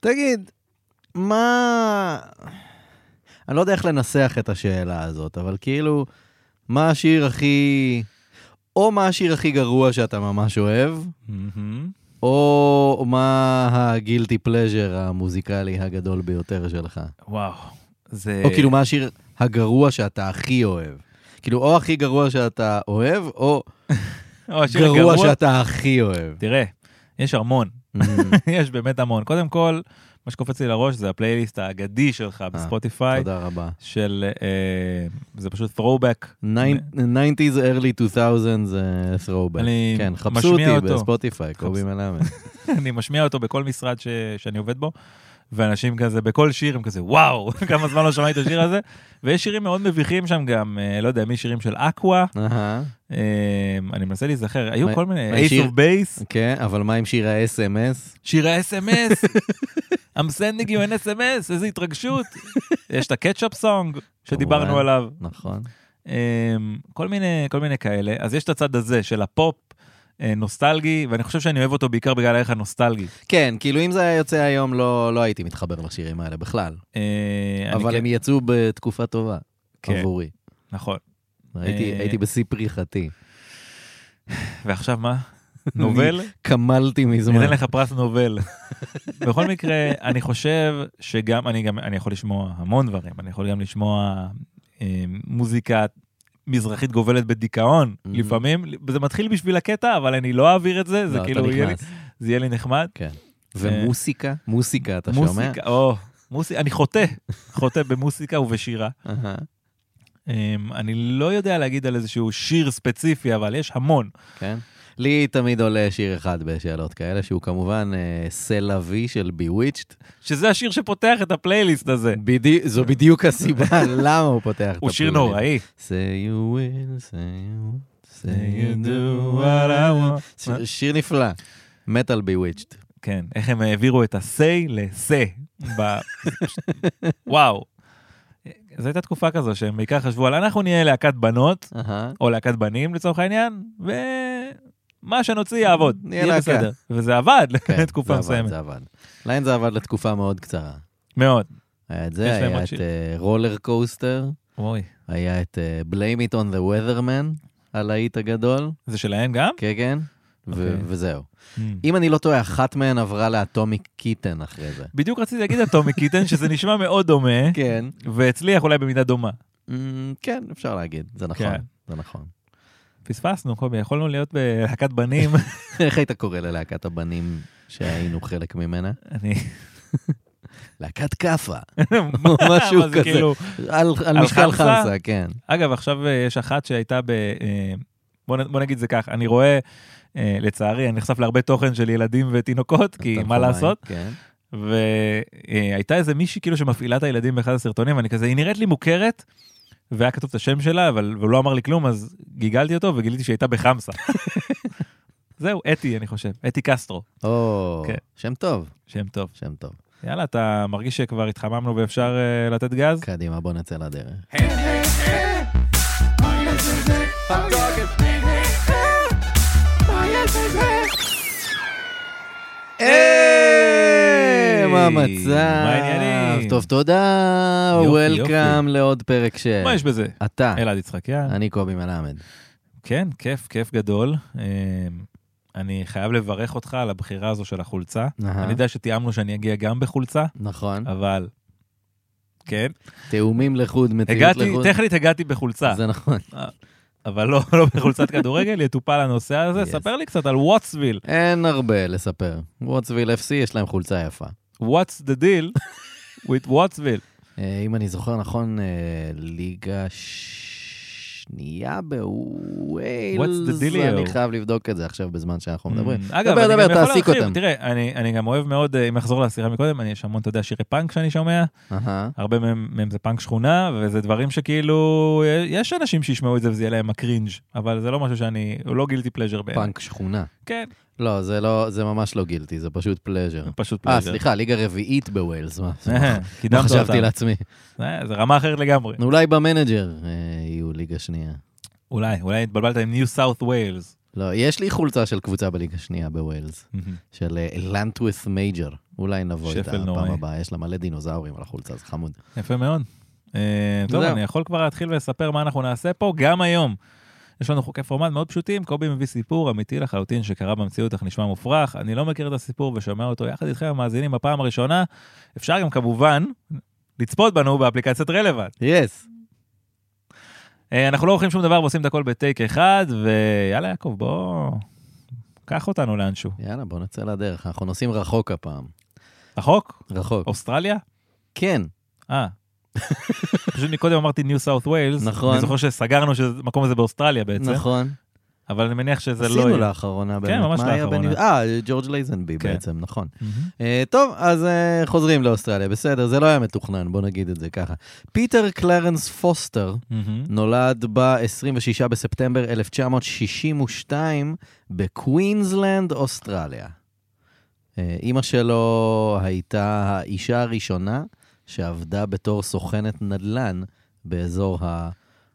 תגיד, מה... אני לא יודע איך לנסח את השאלה הזאת, אבל כאילו, מה השיר הכי... או מה השיר הכי גרוע שאתה ממש אוהב, מהמם. או מה הגילטי פלז'ר המוזיקלי הגדול ביותר שלך. וואו. זה... או כאילו, מה השיר הגרוע שאתה הכי אוהב. כאילו, או הכי גרוע שאתה אוהב, או או השיר גרוע הגרוע. שאתה הכי אוהב. Mm, תראה, יש המון. יש באמת המון. קודם כל, מה שקופץ לי לראש זה הפלייליסט האגדי שלך אה, בספוטיפיי, תודה רבה. של... אה, זה פשוט throwback. 90's, early 2000's, אה, throwback. אני כן, חפשו אותי משמיע אותו. בספוטיפיי, קובי מלמד. אני משמיע אותו בכל משרד ש... שאני עובד בו, ואנשים כזה, בכל שיר הם כזה, וואו, כמה זמן לא שמעתי את השיר הזה. ויש שירים מאוד מביכים שם גם, אה, לא יודע, מי שירים של אקווה, אהה, אה, אני מנסה להיזכר, מה- היו כל מיני, מה, אייס שיר- אוף בייס, כן, אבל מה עם שיר ה-SMS? שיר ה-SMS, I'm sending you an SMS, איזה התרגשות. יש את הקטשאפ סונג שדיברנו כמובן. עליו, נכון. אה, כל מיני, כל מיני כאלה. אז יש את הצד הזה של הפופ. אה, נוסטלגי, ואני חושב שאני אוהב אותו בעיקר בגלל הערך הנוסטלגי. כן, כאילו אם זה היה יוצא היום, לא לא הייתי מתחבר לשירים האלה בכלל. אה, אני אבל כן- הם יצאו בתקופה טובה, כן. עבורי. נכון. הייתי אה. הייתי בשיא פריחתי. ועכשיו מה? נובל? קמלתי אני מזמן. אתן לך פרס נובל. בכל מקרה, אני חושב שגם, אני גם, אני יכול לשמוע המון דברים, אני יכול גם לשמוע אה, מוזיקה מזרחית גובלת בדיכאון Mhm. לפעמים, זה מתחיל בשביל הקטע, אבל אני לא אעביר את זה, זה לא, אתה כאילו יהיה לי- נכנס. זה יהיה לי נחמד. ומוסיקה, מוסיקה, אתה שומע? מוסיקה, או, מוסיקה, אני חוטא, חוטא במוסיקה ובשירה. אהה, אה, אני לא יודע להגיד על איזשהו שיר ספציפי, אבל יש המון. כן. לי תמיד עולה שיר אחד בשאלות כאלה, שהוא כמובן אה, סלע וי של ביוויצ'ט. שזה השיר שפותח את הפלייליסט הזה. זו בדיוק הסיבה למה הוא פותח את הפלאפון. הוא שיר נוראי. say you will, say you will, say you you do do what what I I want. want. ש- שיר נפלא, מטאל ביוויצ'ט. כן, איך הם העבירו את ה-say ל-say. ב... וואו. זו הייתה תקופה כזו שהם בעיקר חשבו על אנחנו נהיה להקת בנות, או להקת בנים לצורך העניין, ומה שנוציא יעבוד. נהיה יהיה להקה. כן, בסדר. וזה עבד לתקופה מסוימת. זה עבד. להם זה עבד לתקופה מאוד קצרה. מאוד. היה את יש זה, להם עוד היה את שיר. רולר קוסטר, אוי. היה את אה, Blame It on the Weatherman, הלהיט הגדול, זה שלהם גם? כן כן, ו- אוקיי. וזהו. אם אני לא טועה, אחת מהן עברה לאטומיק קיטן אחרי זה. בדיוק רציתי להגיד על טומי קיטן, שזה נשמע מאוד דומה, כן. והצליח אולי במידה דומה. כן, אפשר להגיד, זה נכון, כן. זה נכון. פספסנו, קובי, יכולנו להיות בלהקת בנים. איך היית קורא ללהקת הבנים שהיינו חלק ממנה? אני... להקת כאפה, מה, משהו אבל זה כזה. כאילו- על על על משקל חמסה? חמסה, כן. אגב, עכשיו אה, יש אחת שהייתה ב... אה, בוא, נ- בוא נגיד זה כך, אני רואה, אה, לצערי, אני נחשף להרבה תוכן של ילדים ותינוקות, כי מה תנחומיי, לעשות? כן. והייתה איזה מישהי כאילו שמפעילה את הילדים באחד הסרטונים, ואני כזה, היא נראית לי מוכרת, והיה כתוב את השם שלה, אבל הוא לא אמר לי כלום, אז גיגלתי אותו וגיליתי שהיא הייתה בחמסה. זהו, אתי, אני חושב, אתי קסטרו, או, כן. שם טוב, שם טוב. שם טוב. יאללה, אתה מרגיש שכבר התחממנו ואפשר אה, לתת גז? קדימה, בוא נצא לדרך. היי, אה, מה המצב? מה העניינים? טוב, תודה, יופי, וולקאם לעוד פרק של... מה יש בזה? אתה, אלעד יצחקיה. אני קובי מלמד. כן, כיף, כיף גדול. אמ, אני חייב לברך אותך על הבחירה הזו של החולצה. אהה. אני יודע שתיאמנו שאני אגיע גם בחולצה, נכון. אבל... כן. תאומים לחוד, מציאות הגעתי, לחוד. טכנית הגעתי בחולצה, זה נכון. אבל לא לא בחולצת כדורגל, יטופל הנושא הזה. Yes. ספר לי קצת על וואטסוויל. אין הרבה לספר. וואטסוויל FC, יש להם חולצה יפה. What's the deal with וואטסוויל? אה, אם אני זוכר נכון, אה, ליגה שנייה בווילס, dealio? Mm. אני חייב לבדוק את זה עכשיו בזמן שאנחנו מדברים. אגב, דבר, אני גם דבר, יכול תעסיק להרחיב. אותם. תראה, אני אני גם אוהב מאוד, אה, אם נחזור לסירה מקודם, אני יש המון, אתה יודע, שירי פאנק שאני שומע. אהה. הרבה מהם, מהם זה פאנק שכונה, וזה דברים שכאילו, אה, יש אנשים שישמעו את זה וזה יהיה להם הקרינג', אבל זה לא משהו שאני, הוא לא גילטי פלז'ר בעיניי. פאנק שכונה. כן, לא, זה לא, זה ממש לא גילטי, זה פשוט פלז'ר. זה פשוט פלז'ר. אה, סליחה, ליגה רביעית בווילס, מה? אה, מה קידמת אותם. חשבתי לעצמי? אה, זה רמה אחרת לגמרי. אולי במנג'ר אה, יהיו ליגה שנייה. אולי, אולי התבלבלת עם ניו סאות' ווילס. לא, יש לי חולצה של קבוצה בליגה שנייה בווילס, של לנטוויס מייג'ר. אה, אולי נבוא איתה שפל פעם נוראי. הבאה, יש לה מלא דינוזאורים על החולצה, זה חמוד. יפה מאוד. אה, טוב, זהו. אני יכול כבר להתחיל ולספר מה אנחנו נעשה פה גם היום. יש לנו חוקי פורמט מאוד פשוטים, קובי מביא סיפור אמיתי לחלוטין שקרה במציאות, אך נשמע מופרך. אני לא מכיר את הסיפור ושומע אותו יחד איתכם המאזינים בפעם הראשונה. אפשר גם כמובן לצפות בנו באפליקציית רלוונט. יס. אה, אנחנו לא אוכלים שום דבר ועושים את הכל בטייק אחד, ויאללה יעקב, בוא, קח אותנו לאנשהו. יאללה, בוא נצא לדרך, אנחנו נוסעים רחוק הפעם. רחוק? רחוק. אוסטרליה? כן, אה. פשוט מקודם אמרתי ניו סאוט ווילס. נכון. אני זוכר שסגרנו שהמקום הזה באוסטרליה בעצם. נכון. אבל אני מניח שזה לא... עשינו יהיה. לאחרונה כן, באמת. ממש מה היה לאחרונה. בניו- אה, ג'ורג' לייזנבי כן. בעצם, נכון. מהמם. אה, טוב, אז אה, חוזרים לאוסטרליה, בסדר, זה לא היה מתוכנן, בוא נגיד את זה ככה. פיטר קלרנס פוסטר מהמם. נולד ב-26 בספטמבר 1962 בקווינסלנד, אוסטרליה. אה, אימא שלו הייתה האישה הראשונה שעבדה בתור סוכנת נדל"ן באזור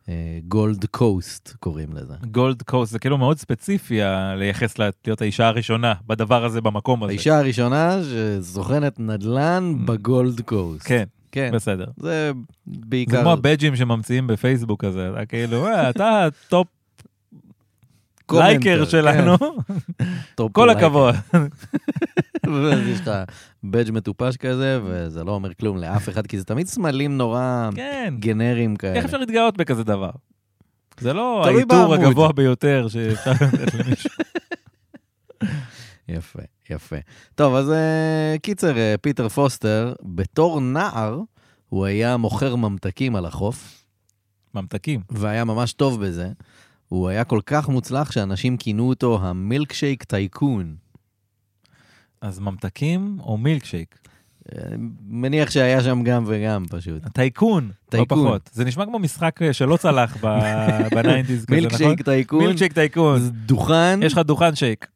הגולד קוסט, קוראים לזה. גולד קוסט, זה כאילו מאוד ספציפי ה- לייחס לה- להיות האישה הראשונה בדבר הזה, במקום הזה. האישה הראשונה שסוכנת נדל"ן בגולד קוסט. Mm. כן, כן, בסדר. זה זה בעיקר כמו הבאג'ים שממציאים בפייסבוק הזה, אתה כאילו, "אה, אתה הטופ קומנטר, לייקר כן, שלנו, טופ כל לייקר. הכבוד. ואז יש לך בדג' מטופש כזה, וזה לא אומר כלום לאף אחד, כי זה תמיד סמלים נורא כן, גנריים כאלה. איך אפשר להתגאות בכזה דבר? זה לא תלוי האיתור בעמוד. הגבוה ביותר שאפשר לתת למישהו. יפה, יפה. טוב, אז אה, קיצר, אה, פיטר פוסטר, בתור נער, הוא היה מוכר ממתקים על החוף, ממתקים. והיה ממש טוב בזה. הוא היה כל כך מוצלח שאנשים כינו אותו המילקשייק טייקון. אז ממתקים או מילקשייק? אה, מניח שהיה שם גם וגם פשוט. טייקון, לא טייקון. פחות. זה נשמע כמו משחק אה, שלא צלח בניינטיז כזה, נכון? מילקשייק טייקון, מילקשייק טייקון. זה דוכן, יש לך דוכן שייק,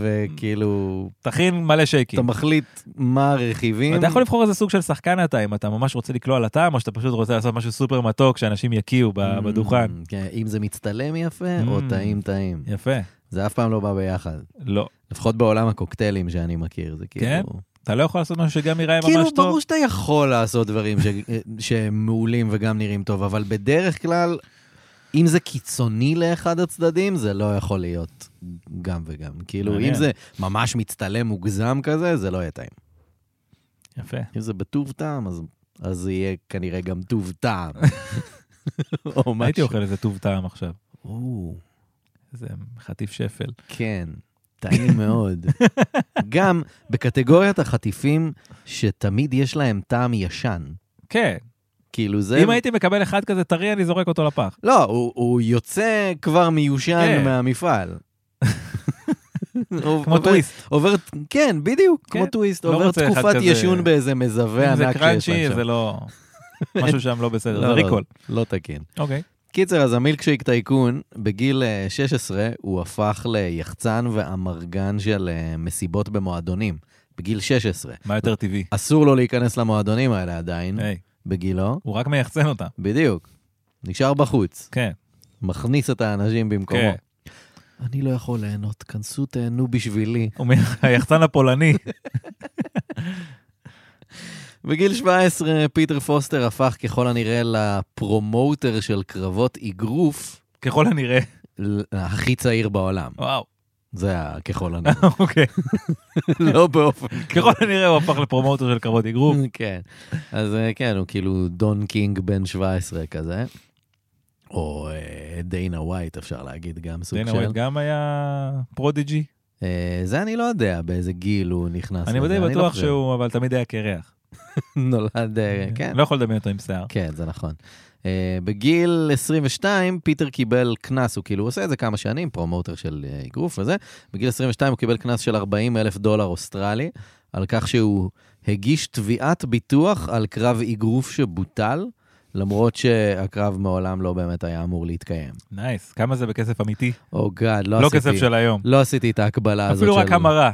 וכאילו, תכין מלא שייקים. אתה מחליט מה הרכיבים. כן. אתה יכול לבחור איזה סוג של שחקן אתה, אם אתה ממש רוצה לקלוע לטעם, או שאתה פשוט רוצה לעשות משהו סופר מתוק שאנשים יקיאו ב- בדוכן. Mm, כן, אם זה מצטלם יפה, או Mm. טעים טעים. יפה. זה אף פעם לא בא ביחד. לא. לפחות בעולם הקוקטיילים שאני מכיר, זה כאילו... כן? אתה לא יכול לעשות משהו שגם ייראה כאילו, ממש טוב. ברור שאתה יכול לעשות דברים ש- שהם מעולים וגם נראים טוב, אבל בדרך כלל, אם זה קיצוני לאחד הצדדים, זה לא יכול להיות גם וגם. כאילו, אם מעניין. זה ממש מצטלם מוגזם כזה, זה לא יהיה טעים. יפה. אם זה בטוב טעם, אז- אז זה יהיה כנראה גם טוב טעם. או הייתי משהו. אוכל איזה טוב טעם עכשיו. או, איזה חטיף שפל. כן, טעים מאוד. גם בקטגוריית החטיפים, שתמיד יש להם טעם ישן. כן, כאילו זה... אם הייתי מקבל אחד כזה טרי, אני זורק אותו לפח. לא, הוא, הוא יוצא כבר מיושן כן. מהמפעל. כמו טוויסט. עובר, כן, בדיוק, כן, כמו טוויסט. לא עובר רוצה אחד תקופת כזה- ישון באיזה מזווה אם זה ענק שיש להם קראנצ'י, שם. זה לא... משהו שם לא לא, בסדר, זה לא. ריקול. לא תקין. אוקיי. קיצר, אז המילקשייק טייקון, בגיל אה, 16 הוא הפך ליחצן ואמרגן של אה, מסיבות במועדונים. בגיל 16. מה יותר טבעי? אסור לו להיכנס למועדונים האלה עדיין, היי, בגילו. הוא רק מייחצן אותה. בדיוק. נשאר בחוץ. כן, מכניס את האנשים במקומו. כן. אני לא יכול ליהנות, כנסו, תהנו בשבילי. הוא מ- היחצן הפולני. בגיל 17, פיטר פוסטר הפך ככל הנראה לפרומוטר של קרבות אגרוף ככל הנראה. ל- הכי צעיר בעולם. וואו, זה הככל הנראה, אוקיי. לא באופן... ככל הנראה הוא הפך לפרומוטור של קרבות אגרוף. כן. אז אה, כן, הוא כאילו דון קינג בן 17 כזה. או אה, דיינה ווייט, אפשר להגיד, גם סוג דיינה של... ווייד גם היה פרודיג'י. אה, זה אני לא יודע באיזה גיל הוא נכנס. אני לזה, די לא בטוח חושב. שהוא, אבל תמיד היה קרח. נולד, אה, כן, לא יכול לדמיין אותו עם שיער. כן, זה נכון. Uh, בגיל 22, פיטר קיבל קנס, הוא כאילו עושה את זה כמה שנים, פרומוטר של אה, אגרוף וזה. בגיל 22 הוא קיבל קנס של 40 אלף דולר אוסטרלי, על כך שהוא הגיש תביעת ביטוח על קרב אגרוף שבוטל, למרות שהקרב מעולם לא באמת היה אמור להתקיים. נייס. כמה זה בכסף אמיתי? או oh גאד, לא, לא עשיתי- כסף של היום. לא עשיתי את ההקבלה הזאת אפילו רק של... המרה.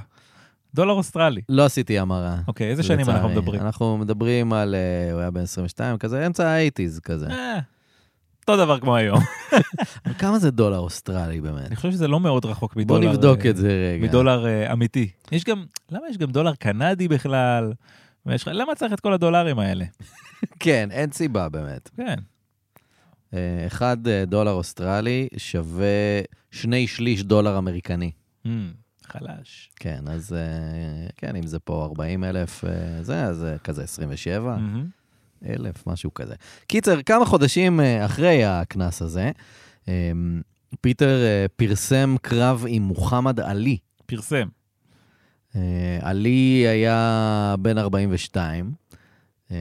דולר אוסטרלי. לא עשיתי המרה. אוקיי, איזה שנים אנחנו לצערי. מדברים? אנחנו מדברים על, אה, הוא היה בן 22 כזה, אמצע האייטיז כזה. אה, אותו דבר כמו היום. אבל כמה זה דולר אוסטרלי באמת? אני חושב שזה לא מאוד רחוק בוא מדולר... נבדוק אה, את זה רגע. מדולר אה, אמיתי. יש גם, למה יש גם דולר קנדי בכלל? ויש לך, למה צריך את כל הדולרים האלה? כן, אין סיבה באמת. כן. אה, אחד אה, דולר אוסטרלי שווה שני שליש דולר אמריקני. Hmm, חלש. כן, אז אה, כן, אם זה פה 40 אלף, אה, זה, אז אה, כזה 27 מהמם. Mm. אלף, משהו כזה. קיצר, כמה חודשים אה, אחרי הקנס הזה, אה, פיטר אה, פרסם קרב עם מוחמד עלי. פרסם. אה, עלי היה בן 42, אה,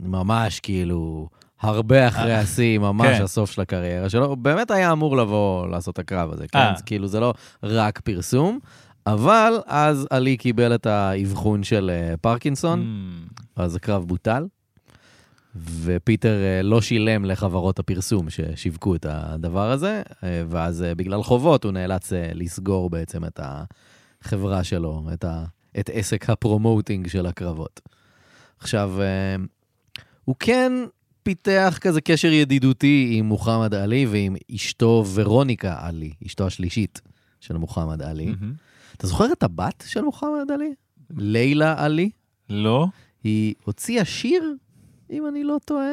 ממש כאילו, הרבה אחרי השיא, ממש כן. הסוף של הקריירה שלו, הוא באמת היה אמור לבוא לעשות את הקרב הזה, כן? אה. אז כאילו זה לא רק פרסום, אבל אז עלי קיבל את האבחון של אה, פרקינסון, Hmm, אז הקרב בוטל. ופיטר אה, לא שילם לחברות הפרסום ששיווקו את הדבר הזה, אה, ואז אה, בגלל חובות הוא נאלץ אה, לסגור בעצם את החברה שלו, את, ה, את עסק הפרומוטינג של הקרבות. עכשיו, אה, הוא כן פיתח כזה קשר ידידותי עם מוחמד עלי ועם אשתו ורוניקה עלי, אשתו השלישית של מוחמד עלי. מהמם. אתה זוכר את הבת של מוחמד עלי? לילה עלי? לא? היא הוציאה שיר, אם אני לא טועה,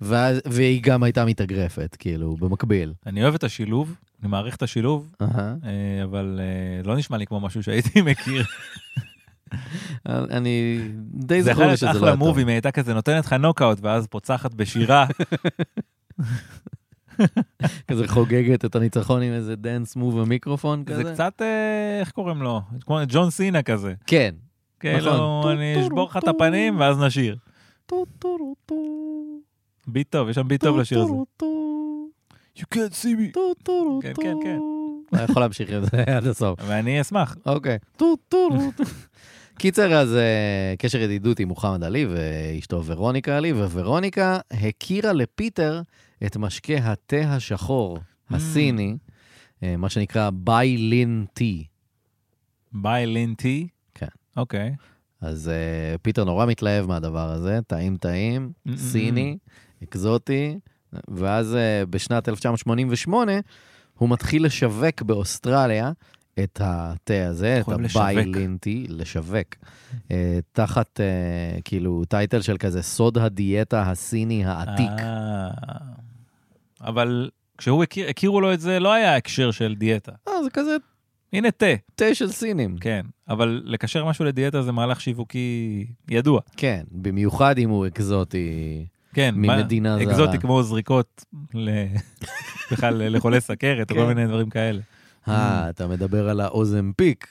ואז, והיא גם הייתה מתאגרפת, כאילו, במקביל. אני אוהב את השילוב, אני מעריך את השילוב, אהה. אה, אבל אה, לא נשמע לי כמו משהו שהייתי מכיר. אני די זה זכור יכול לי להיות שזה לא אחלה היה טוב. מובי, אם היא הייתה כזה נותנת לך נוקאוט ואז פוצחת בשירה. כזה חוגגת את הניצחון עם איזה דנס מוב ומיקרופון כזה. זה קצת, אה, איך קוראים לו? כמו ג'ון סינה כזה. כן. כאילו, נכון. טו, אני טו, אשבור לך את טו. הפנים ואז נשיר. טו טו טו. ביט טוב, יש שם ביט טוב לשיר הזה. You can't see me. טו טו כן, כן, כן. אני יכול להמשיך עם זה עד הסוף. ואני אשמח. אוקיי. טו טו. קיצר, אז אה, קשר ידידות עם מוחמד עלי ואשתו ורוניקה עלי, וורוניקה הכירה לפיטר את משקה התה השחור הסיני, אה, מה שנקרא ביי לין טי. ביי לין טי. כן. אוקיי. אז אה, פיטר נורא מתלהב מהדבר הזה, טעים טעים, Mm, mm, סיני, אקזוטי, ואז אה, בשנת 1988 הוא מתחיל לשווק באוסטרליה את התה הזה, את אוהב הביי לשווק. לינטי, לשווק, אה, תחת אה, כאילו טייטל של כזה סוד הדיאטה הסיני העתיק. אה. אבל כשהוא הכיר, הכירו לו את זה, לא היה הקשר של דיאטה. אה, זה כזה הנה תה, תה של סינים. כן. אבל לקשר משהו לדיאטה זה מהלך שיווקי ידוע. כן, במיוחד אם הוא אקזוטי. כן. מה- ממדינה זרה. אקזוטי כמו זריקות, ל- בכלל לחולי סכרת, או כן. כל מיני דברים כאלה. Mm. אה, אתה מדבר על האוזן פיק.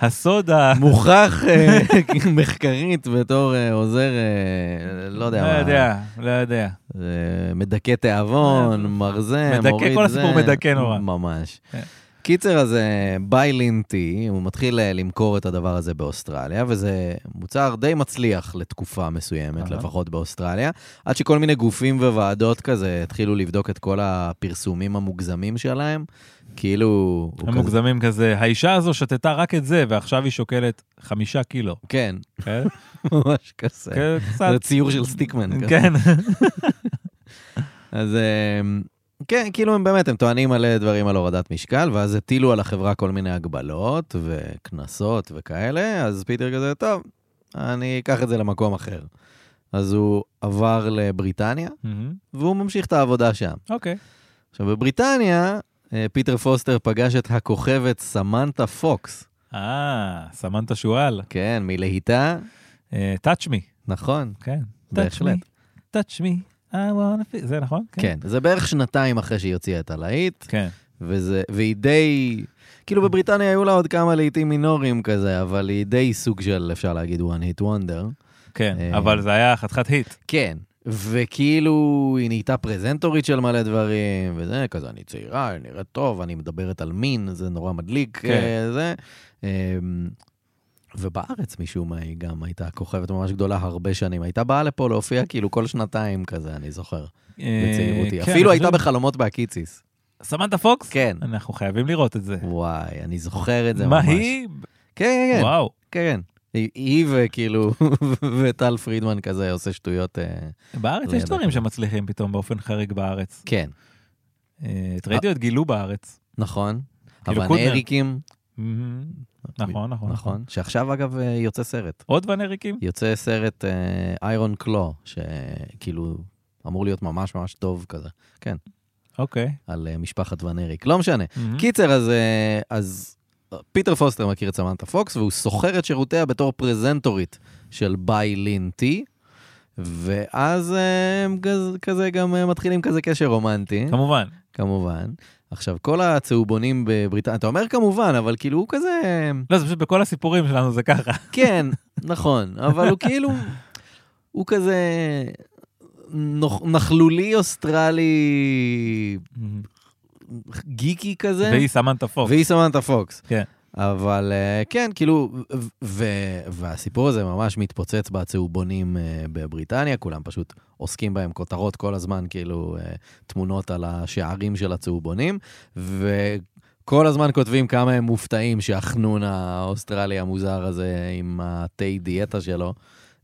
הסוד ה... מוכח אה, מחקרית בתור אה, עוזר, אה, לא יודע לא מה, יודע, לא יודע. אה, מדכא תיאבון, אה, מרזה, מדכא, מוריד זה. כל הסיפור מדכא נורא. ממש. כן. קיצר, אז אה, ביילין טי, הוא מתחיל אה, למכור את הדבר הזה באוסטרליה, וזה מוצר די מצליח לתקופה מסוימת, אהה. לפחות באוסטרליה, עד שכל מיני גופים וועדות כזה התחילו לבדוק את כל הפרסומים המוגזמים שלהם, כאילו... הוא הם כזה- מוגזמים כזה, האישה הזו שתתה רק את זה, ועכשיו היא שוקלת חמישה קילו. כן, כן? ממש כזה. כן, קצת. זה ציור של סטיקמן. כזה. כן. אז אמ, כן, כאילו הם באמת, הם טוענים מלא דברים על הורדת משקל, ואז הטילו על החברה כל מיני הגבלות וקנסות וכאלה, אז פיטר כזה, טוב, אני אקח את זה למקום אחר. אז הוא עבר לבריטניה, מהמם. והוא ממשיך את העבודה שם. אוקיי. עכשיו, בבריטניה, אה, פיטר פוסטר פגש את הכוכבת סמנטה פוקס, אה, סמנת שועל. כן, מלהיטה, טאץ' מי. נכון, אה, כן. בהחלט. טאץ' מי. I wanna feel. זה נכון? כן, זה בערך שנתיים אחרי שהיא הוציאה את הלהיט. כן. וזה, והיא די, כאילו בבריטניה היו לה עוד כמה לעיתים מינוריים כזה, אבל היא די סוג של, אפשר להגיד, one hit wonder. כן, אה. אבל זה היה חתיכת היט. כן. וכאילו, היא נהייתה פרזנטורית של מלא דברים, וזה, כזה, אני צעירה, אני נראית טוב, אני מדברת על מין, זה נורא מדליק, כן. כן. זה. אמ, ובארץ, משום מה, היא גם הייתה כוכבת ממש גדולה הרבה שנים. הייתה באה לפה להופיע כאילו כל שנתיים כזה, אני זוכר, אה, בצעירותי. כן, אפילו אני הייתה חושב- בחלומות בהקיציס. סמנת פוקס? כן. אנחנו חייבים לראות את זה. וואי, אני זוכר את זה מה ממש. היא? כן, כן, כן. וואו. כן, כן. היא וכאילו, וטל פרידמן כזה עושה שטויות. אה, בארץ לא יש ידעתי. דברים שמצליחים פתאום באופן חריג בארץ. כן, אה, את רדיואט גילו בארץ. נכון. כאילו הוואן קוטנר. אריקים, נכון, נכון. אה, נכון. שעכשיו אגב אה, יוצא סרט. עוד ונריקים? יוצא סרט איירון קלו, שכאילו אמור להיות ממש ממש טוב כזה, אוקיי. על אה, משפחת ון אריק. לא משנה. מהמם. קיצר, אז, אה, אז אה, פיטר פוסטר מכיר את סמנטה פוקס, והוא שוכר את שירותיה בתור פרזנטורית של ביי לין טי, ואז אה, הם גז- כזה גם אה, מתחילים כזה קשר רומנטי, כמובן. כמובן. עכשיו, כל הצהובונים בבריטניה, אתה אומר כמובן, אבל כאילו הוא כזה... אה, לא, זה פשוט בכל הסיפורים שלנו זה ככה. כן, נכון, אבל הוא כאילו, הוא כזה נוח- נכלולי אוסטרלי גיקי כזה. והיא סמנטה פוקס. והיא סמנתה פוקס. כן. אבל אה, כן, כאילו, ו- ו- והסיפור הזה ממש מתפוצץ בצהובונים אה, בבריטניה, כולם פשוט עוסקים בהם כותרות כל הזמן, כאילו, אה, תמונות על השערים של הצהובונים, וכל הזמן כותבים כמה הם מופתעים שהחנון האוסטרלי המוזר הזה עם התה דיאטה שלו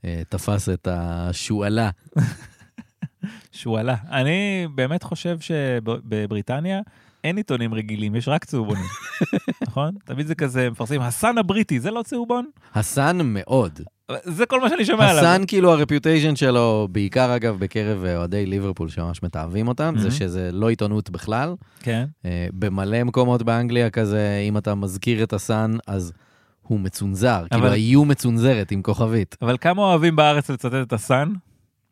אה, תפס את השועלה. שהוא עלה. אני באמת חושב שבבריטניה אין עיתונים רגילים, יש רק צהובונים. נכון? תמיד זה כזה, מפרסמים, הסאן הבריטי, זה לא צהובון? חסן מאוד. זה כל מה שאני שומע עליו. חסן, כאילו הרפיוטיישן שלו, בעיקר אגב בקרב אה, אוהדי ליברפול שממש מתעבים אותם, זה Mhm. שזה לא עיתונות בכלל. כן. אה, במלא מקומות באנגליה כזה, אם אתה מזכיר את הסאן, אז הוא מצונזר, כאילו היו מצונזרת עם כוכבית. אבל כמה אוהבים בארץ לצטט את הסאן?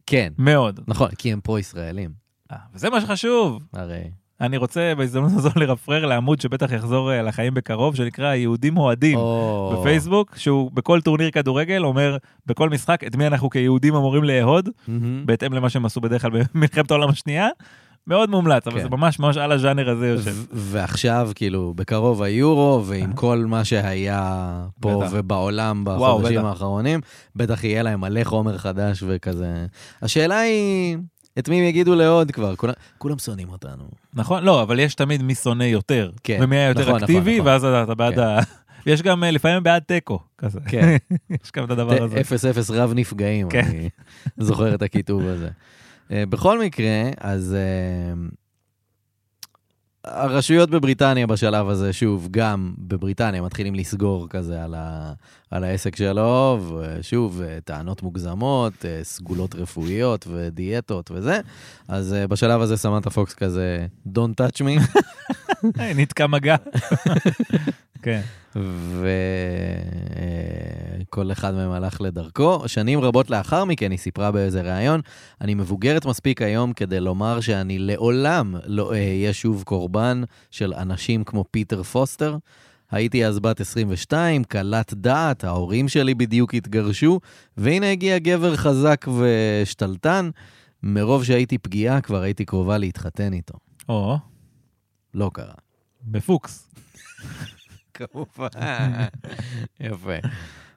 כן, מאוד. נכון, כי הם פרו-ישראלים, אה, וזה מה שחשוב. הרי. אני רוצה בהזדמנות הזו לרפרר לעמוד שבטח יחזור אה, לחיים בקרוב, שנקרא יהודים אוהדים. או, כן. בפייסבוק, שהוא בכל טורניר כדורגל אומר בכל משחק את מי אנחנו כיהודים אמורים לאהוד, מהמם. בהתאם למה שהם עשו בדרך כלל במלחמת העולם השנייה. מאוד מומלץ, אבל כן. זה ממש ממש על הז'אנר הזה יושב. ו- ועכשיו, כאילו, בקרוב היורו, ועם כל מה שהיה פה אה? בטח. ובעולם וואו, בחודשים בטח. האחרונים, בטח יהיה להם מלא חומר חדש וכזה. השאלה היא, את מי הם יגידו לעוד כבר? כולם- כולם שונאים אותנו. נכון? לא, אבל יש תמיד מי שונא יותר. כן, ומי היה יותר נכון, נכון, אקטיבי, נכון. ואז אתה בעד ה... יש גם אה, לפעמים בעד תיקו, כזה. כן. יש גם את הדבר הזה. אפס אפס רב נפגעים, כן. אני זוכר את הכיתוב הזה. אה, בכל מקרה, אז אה, הרשויות בבריטניה בשלב הזה, שוב, גם בבריטניה מתחילים לסגור כזה על, ה, על העסק שלו, ושוב, אה, טענות מוגזמות, אה, סגולות רפואיות ודיאטות וזה, אז אה, בשלב הזה סמנתה פוקס כזה, Don't touch me, נתקע מגע. כן. וכל אחד מהם הלך לדרכו. שנים רבות לאחר מכן היא סיפרה באיזה ראיון, אני מבוגרת מספיק היום כדי לומר שאני לעולם לא אהיה שוב קורבן של אנשים כמו פיטר פוסטר. הייתי אז בת 22, קלת דעת, ההורים שלי בדיוק התגרשו, והנה הגיע גבר חזק ושתלטן. מרוב שהייתי פגיעה, כבר הייתי קרובה להתחתן איתו. או, לא קרה. בפוקס. כמובן. יפה.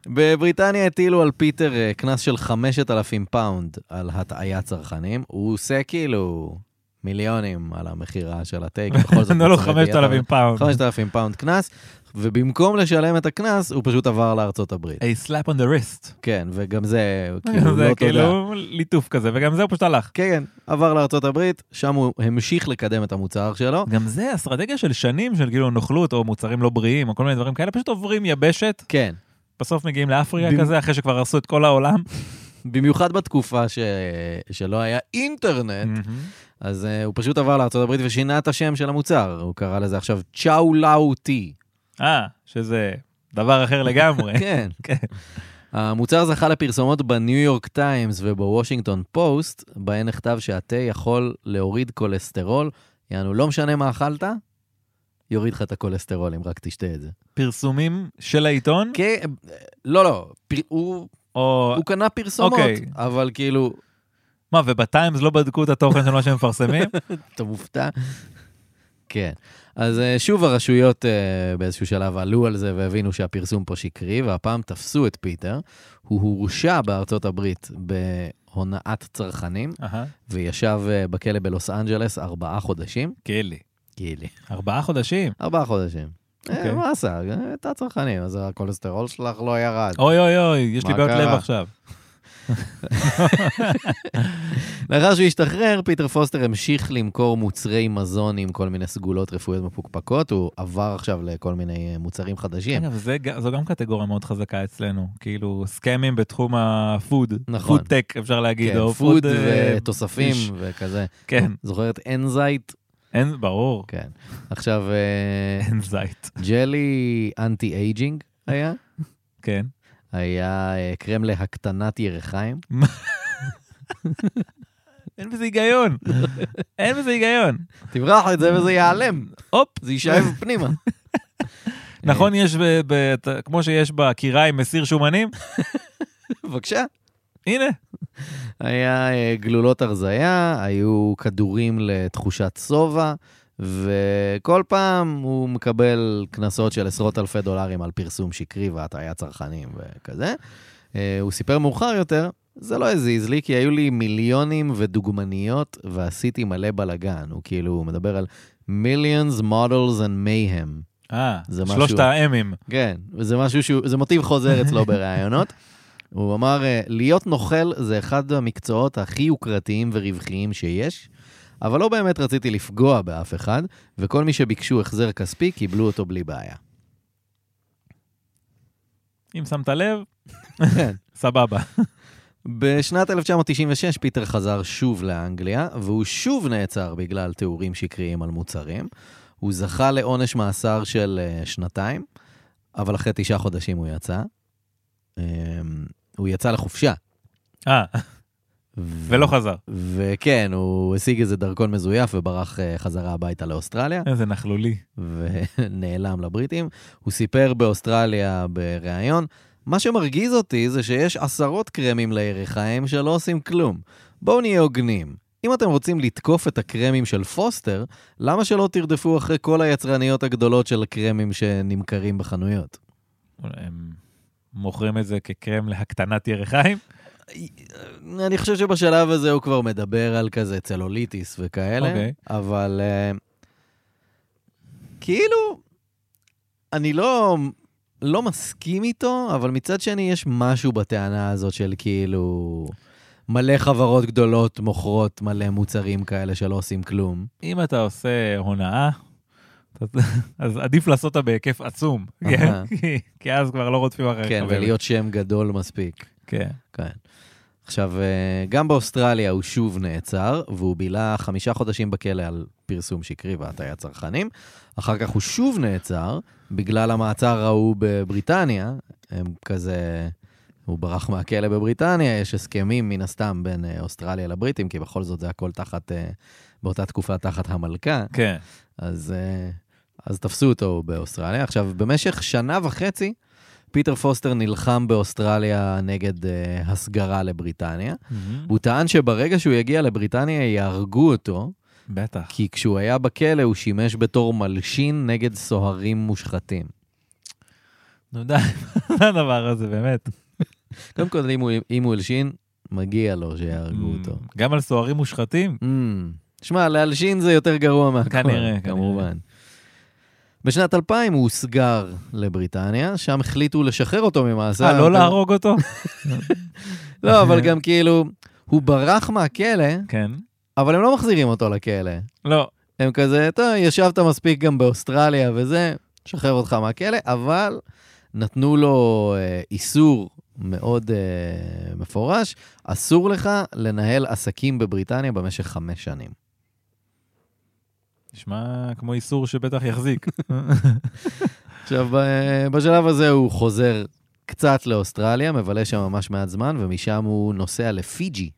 בבריטניה הטילו על פיטר אה, קנס של 5,000 פאונד על הטעיית צרכנים. הוא עושה כאילו מיליונים על המכירה של הטייק. בכל זאת נתנו לו מוצרי דיאטה. 5,000 לא, פאונד. 5,000 פאונד קנס, ובמקום לשלם את הקנס, הוא פשוט עבר לארצות הברית. A slap on the wrist. כן, וגם זה כאילו זה לא תודה. כאילו ליטוף כזה, וגם זה הוא פשוט הלך. כן, עבר לארצות הברית, שם הוא המשיך לקדם את המוצר שלו. גם זה אסטרטגיה של שנים של כאילו נוכלות או מוצרים לא בריאים או כל מיני דברים כאלה, פשוט עוברים יבשת, כן, בסוף מגיעים לאפריקה במ- כזה, אחרי שכבר הרסו את כל העולם. במיוחד בתקופה ש... שלא היה אינטרנט. אז uh, הוא פשוט עבר לארה"ב ושינה את השם של המוצר, הוא קרא לזה עכשיו צ'או לאו טי. אה, שזה דבר אחר לגמרי. כן. כן. המוצר זכה לפרסומות בניו יורק טיימס ובוושינגטון פוסט, בהן נכתב שהתה יכול להוריד כולסטרול, יענו, לא משנה מה אכלת, יוריד לך את הכולסטרול אם רק תשתה את זה. פרסומים של העיתון, כן, לא, לא, פר... הוא, או... הוא קנה פרסומות, אוקיי. אבל כאילו, מה, ובטיימס לא בדקו את התוכן של מה שהם מפרסמים? אתה מופתע? כן. אז אה, שוב הרשויות אה, באיזשהו שלב עלו על זה והבינו שהפרסום פה שקרי, והפעם תפסו את פיטר. הוא הורשע בארצות הברית בהונאת צרכנים, אהה, וישב אה, בכלא בלוס אנג'לס ארבעה חודשים. גילי. גילי. ארבעה חודשים. ארבעה חודשים. אה, אוקיי. מה עשה? הייתה צרכנים, אז הכולסטרול שלך לא ירד. אוי אוי אוי, יש לי מה בעיות לב קרה? עכשיו. לאחר שהוא השתחרר, פיטר פוסטר המשיך למכור מוצרי מזון עם כל מיני סגולות רפואיות מפוקפקות, הוא עבר עכשיו לכל מיני אה, מוצרים חדשים. אגב, זה ג- זו גם קטגוריה מאוד חזקה אצלנו, כאילו סקאמים בתחום הפוד, נכון. פוד טק אפשר להגיד, כן, או פוד אה, ותוספים איש. וכזה. כן, זוכרת אנזייט? אין, ברור, כן. עכשיו, אה, אין זית, ג'לי אנטי אייג'ינג היה, כן. היה אה, קרם להקטנת ירחיים. אין בזה היגיון, אין בזה היגיון. תברח את זה וזה ייעלם, הופ, זה יישאב פנימה. נכון, יש, ב- ב- ת- כמו שיש בקיריים מסיר שומנים, בבקשה. הנה, היה אה, גלולות הרזייה, היו כדורים לתחושת שובע, וכל פעם הוא מקבל קנסות של עשרות אלפי דולרים על פרסום שקרי והטעיה צרכנים וכזה. אה, הוא סיפר מאוחר יותר, זה לא הזיז לי, כי היו לי מיליונים ודוגמניות, ועשיתי מלא בלאגן. הוא כאילו הוא מדבר על millions, models and mayhem. אה, זה משהו- שלושת האמים, כן, וזה משהו שהוא, זה מוטיב חוזר אצלו בראיונות. הוא אמר, אה, להיות נוכל זה אחד המקצועות הכי יוקרתיים ורווחיים שיש, אבל לא באמת רציתי לפגוע באף אחד, וכל מי שביקשו החזר כספי קיבלו אותו בלי בעיה. אם שמת לב, כן. סבבה. בשנת 1996 פיטר חזר שוב לאנגליה, והוא שוב נעצר בגלל תיאורים שקריים על מוצרים. הוא זכה לעונש מאסר של אה, שנתיים, אבל אחרי תשעה חודשים הוא יצא. אה, הוא יצא לחופשה. אה, ו- ולא חזר. וכן, הוא השיג איזה דרכון מזויף וברח אה, חזרה הביתה לאוסטרליה, איזה נכלולי. ונעלם לבריטים. הוא סיפר באוסטרליה בריאיון, מה שמרגיז אותי זה שיש עשרות קרמים לירכיים שלא עושים כלום. בואו נהיה הוגנים. אם אתם רוצים לתקוף את הקרמים של פוסטר, למה שלא תרדפו אחרי כל היצרניות הגדולות של קרמים שנמכרים בחנויות? הם מוכרים את זה כקרם להקטנת ירחיים. אני חושב שבשלב הזה הוא כבר מדבר על כזה צלוליטיס וכאלה, אוקיי. okay. אבל אה, כאילו, אני לא, לא מסכים איתו, אבל מצד שני יש משהו בטענה הזאת של כאילו, מלא חברות גדולות מוכרות מלא מוצרים כאלה שלא עושים כלום. אם אתה עושה הונאה, אתה- אז עדיף לעשות אותה בהיקף עצום, כן? אהה. כי- כי אז כבר לא רודפים אחריך. כן, באמת. ולהיות שם גדול מספיק. כן. כן. עכשיו, אה, גם באוסטרליה הוא שוב נעצר, והוא בילה חמישה חודשים בכלא על פרסום שקרי והטעיית צרכנים. אחר כך הוא שוב נעצר, בגלל המעצר ההוא בבריטניה. הם כזה... הוא ברח מהכלא בבריטניה, יש הסכמים מן הסתם בין אה, אוסטרליה לבריטים, כי בכל זאת זה הכל תחת, אה, באותה תקופה תחת המלכה. כן. אז, אה, אז תפסו אותו באוסטרליה. עכשיו, במשך שנה וחצי, פיטר פוסטר נלחם באוסטרליה נגד אה, הסגרה לבריטניה. הוא טען שברגע שהוא יגיע לבריטניה יהרגו אותו, בטח. כי כשהוא היה בכלא הוא שימש בתור מלשין נגד סוהרים מושחתים. נו די, מה הדבר הזה, באמת. קודם כל, אם הוא, אם הוא הלשין, מגיע לו שיהרגו אותו. Mm, גם על סוהרים מושחתים? Mm. שמע, להלשין זה יותר גרוע מהכל, כנראה, כנראה. כמובן. בשנת 2000 הוא הוסגר לבריטניה, שם החליטו לשחרר אותו ממאסר. אה, לא להרוג אותו? אה, לא, אבל גם כאילו, הוא ברח מהכלא, כן. אבל הם לא מחזירים אותו לכלא. לא. הם כזה, טוב, ישבת מספיק גם באוסטרליה וזה, שחרר אותך מהכלא, אבל נתנו לו אה, איסור מאוד אה, מפורש, אסור לך לנהל עסקים בבריטניה במשך חמש שנים. נשמע כמו איסור שבטח יחזיק. עכשיו, ב- בשלב הזה הוא חוזר קצת לאוסטרליה, מבלה שם ממש מעט זמן, ומשם הוא נוסע לפיג'י.